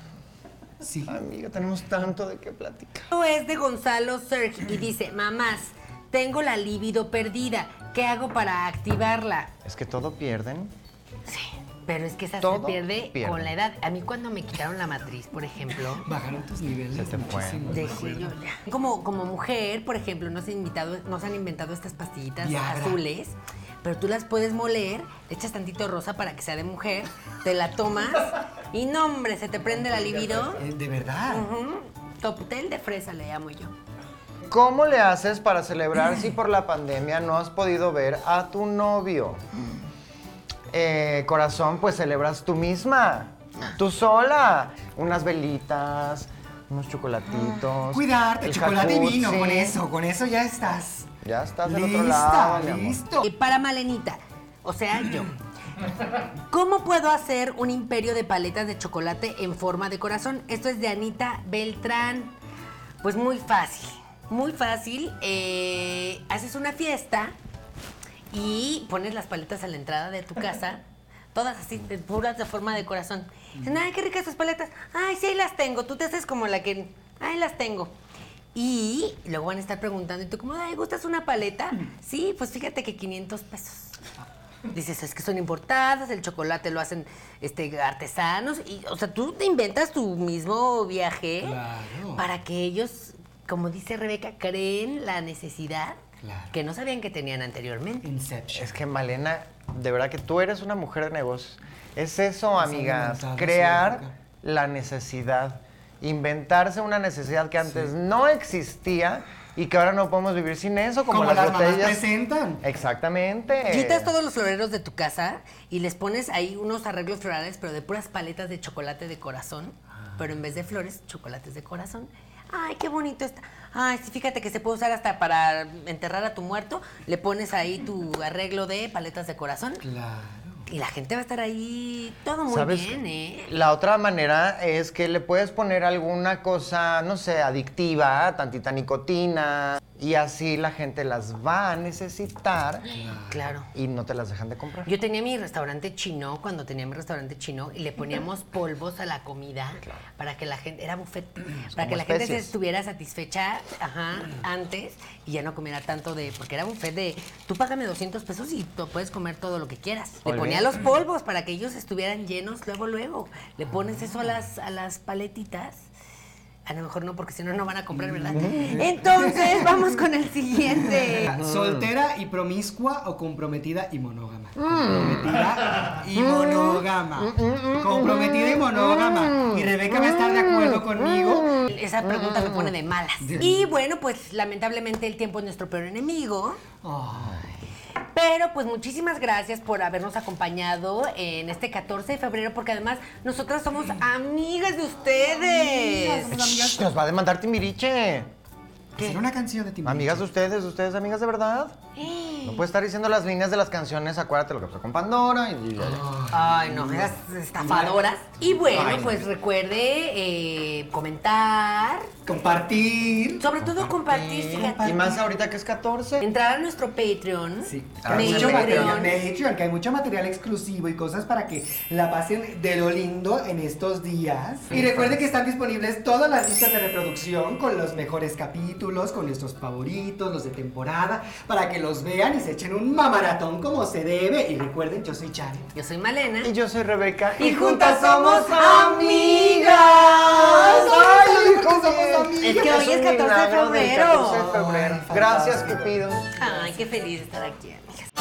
Speaker 2: Sí.
Speaker 1: Amiga, tenemos tanto de qué platicar.
Speaker 3: Esto es de Gonzalo Serg y dice, mamás, tengo la libido perdida. ¿Qué hago para activarla?
Speaker 1: Es que todo pierden.
Speaker 3: Pero es que esa se
Speaker 1: Todo
Speaker 3: pierde,
Speaker 1: pierde.
Speaker 3: con la edad. A mí cuando me quitaron la matriz, por ejemplo,
Speaker 2: Bajaron tus niveles.
Speaker 1: Se te fue.
Speaker 2: muchísimo, me
Speaker 3: dejé
Speaker 2: acuerdo.
Speaker 3: yo ya. Como, como mujer, por ejemplo, nos, han invitado, nos han inventado estas pastillitas
Speaker 2: Viagra.
Speaker 3: azules, pero tú las puedes moler, le echas tantito rosa para que sea de mujer, te la tomas y no, hombre, se te prende la libido.
Speaker 2: Eh, de verdad.
Speaker 3: Toptel de fresa le llamo yo.
Speaker 1: ¿Cómo le haces para celebrar si por la pandemia no has podido ver a tu novio? Eh, corazón, pues celebras tú misma, tú sola. Unas velitas, unos chocolatitos.
Speaker 2: Cuidarte,
Speaker 1: el
Speaker 2: chocolate y vino,
Speaker 1: jacuzzi.
Speaker 2: con eso, con eso ya estás.
Speaker 1: Ya estás del
Speaker 2: Lista,
Speaker 1: otro lado, mi amor.
Speaker 2: listo.
Speaker 3: Y para Malenita, o sea, yo. ¿Cómo puedo hacer un imperio de paletas de chocolate en forma de corazón? Esto es de Anita Beltrán. Pues muy fácil, muy fácil. Eh, haces una fiesta y pones las paletas a la entrada de tu casa, todas así, de- puras de forma de corazón. Dicen, ay, qué ricas estas paletas. Ay, sí, ahí las tengo. Tú te haces como la que, ay, las tengo. Y luego van a estar preguntando, y tú como, ay, ¿gustas una paleta? Sí, pues fíjate que 500 pesos. Dices, es que son importadas, el chocolate lo hacen este, artesanos. Y, o sea, tú te inventas tu mismo viaje
Speaker 2: Claro.
Speaker 3: para que ellos, como dice Rebeca, creen la necesidad
Speaker 2: Claro.
Speaker 3: que no sabían que tenían anteriormente.
Speaker 2: Inception.
Speaker 1: Es que Malena, de verdad que tú eres una mujer de negocios. Es eso, amigas,
Speaker 2: adelantada,
Speaker 1: crear
Speaker 2: sí, loca.
Speaker 1: la necesidad, inventarse una necesidad que antes no existía y que ahora no podemos vivir sin eso, como,
Speaker 2: Como
Speaker 1: las,
Speaker 2: las mamás
Speaker 1: botellas. Eh,
Speaker 2: presentan.
Speaker 1: Exactamente.
Speaker 3: Quitas todos los floreros de tu casa y les pones ahí unos arreglos florales, pero de puras paletas de chocolate de corazón. Pero en vez de flores, chocolates de corazón. Ay, qué bonito está. Ay, sí, fíjate que se puede usar hasta para enterrar a tu muerto. Le pones ahí tu arreglo de paletas de corazón.
Speaker 2: Claro.
Speaker 3: Y la gente va a estar ahí todo muy
Speaker 1: ¿Sabes?
Speaker 3: bien, ¿eh?
Speaker 1: La otra manera es que le puedes poner alguna cosa, no sé, adictiva, tantita nicotina, y así la gente las va a necesitar
Speaker 3: Claro.
Speaker 1: y no te las dejan de comprar.
Speaker 3: Yo tenía mi restaurante chino, cuando tenía mi restaurante chino, y le poníamos polvos a la comida para que la gente, era buffet, para que la gente
Speaker 1: especies.
Speaker 3: se estuviera satisfecha ajá, antes y ya no comiera tanto de, porque era buffet de, tú págame 200 pesos y tú puedes comer todo lo que quieras. Le
Speaker 1: Muy
Speaker 3: ponía
Speaker 1: bien.
Speaker 3: los polvos para que ellos estuvieran llenos luego, luego. Le pones
Speaker 1: Ah.
Speaker 3: eso a las, a las paletitas. A lo mejor no, porque si no, no van a comprar, ¿verdad? Entonces, vamos con el siguiente.
Speaker 2: Soltera y promiscua o comprometida y monógama.
Speaker 1: Mm.
Speaker 2: Comprometida y monógama.
Speaker 1: mm.
Speaker 2: Comprometida y monógama. Y Rebeca va a estar de
Speaker 1: Mm.
Speaker 2: acuerdo conmigo.
Speaker 3: Esa pregunta me pone de malas. Y bueno, pues lamentablemente el tiempo es nuestro peor enemigo.
Speaker 2: Ay,
Speaker 3: Pero pues muchísimas gracias por habernos acompañado en este 14 de febrero, porque además nosotras somos amigas de ustedes.
Speaker 1: Shh, nos va a demandar Timbiriche.
Speaker 2: hacer una canción de ti.
Speaker 1: Amigas de ustedes, ustedes amigas de verdad. No puede estar diciendo las líneas de las canciones, acuérdate lo que pasó con Pandora y ya,
Speaker 3: Ah,
Speaker 1: ya.
Speaker 3: Ay, no, esas estafadoras. Y bueno, pues recuerde eh, comentar,
Speaker 2: Compartir.
Speaker 3: sobre todo compartir,
Speaker 1: Y
Speaker 3: fíjate.
Speaker 1: más ahorita que es 14.
Speaker 3: Entrar a nuestro Patreon.
Speaker 2: Sí,
Speaker 1: Ah,
Speaker 2: hay
Speaker 1: sí,
Speaker 2: mucho
Speaker 1: sí.
Speaker 2: material,
Speaker 3: Patreon.
Speaker 2: Patreon, que hay mucho material exclusivo y cosas para que la pasen de lo lindo en estos días. Y recuerden que están disponibles todas las listas de reproducción con los mejores capítulos, con nuestros favoritos, los de temporada, para que los vean y se echen un mamaratón como se debe. Y recuerden, yo soy Charlie.
Speaker 3: Yo soy Malena.
Speaker 1: Y yo soy Rebeca.
Speaker 3: Y juntas somos
Speaker 1: amigas. Ay, lo dijo bien.
Speaker 3: Es que hoy es
Speaker 1: un
Speaker 3: 14 de
Speaker 1: milagro del
Speaker 3: febrero.
Speaker 1: 14 de febrero.
Speaker 2: Ay,
Speaker 1: Gracias,
Speaker 2: fantástico.
Speaker 1: Cupido.
Speaker 3: Ay, qué feliz de estar aquí, amigas.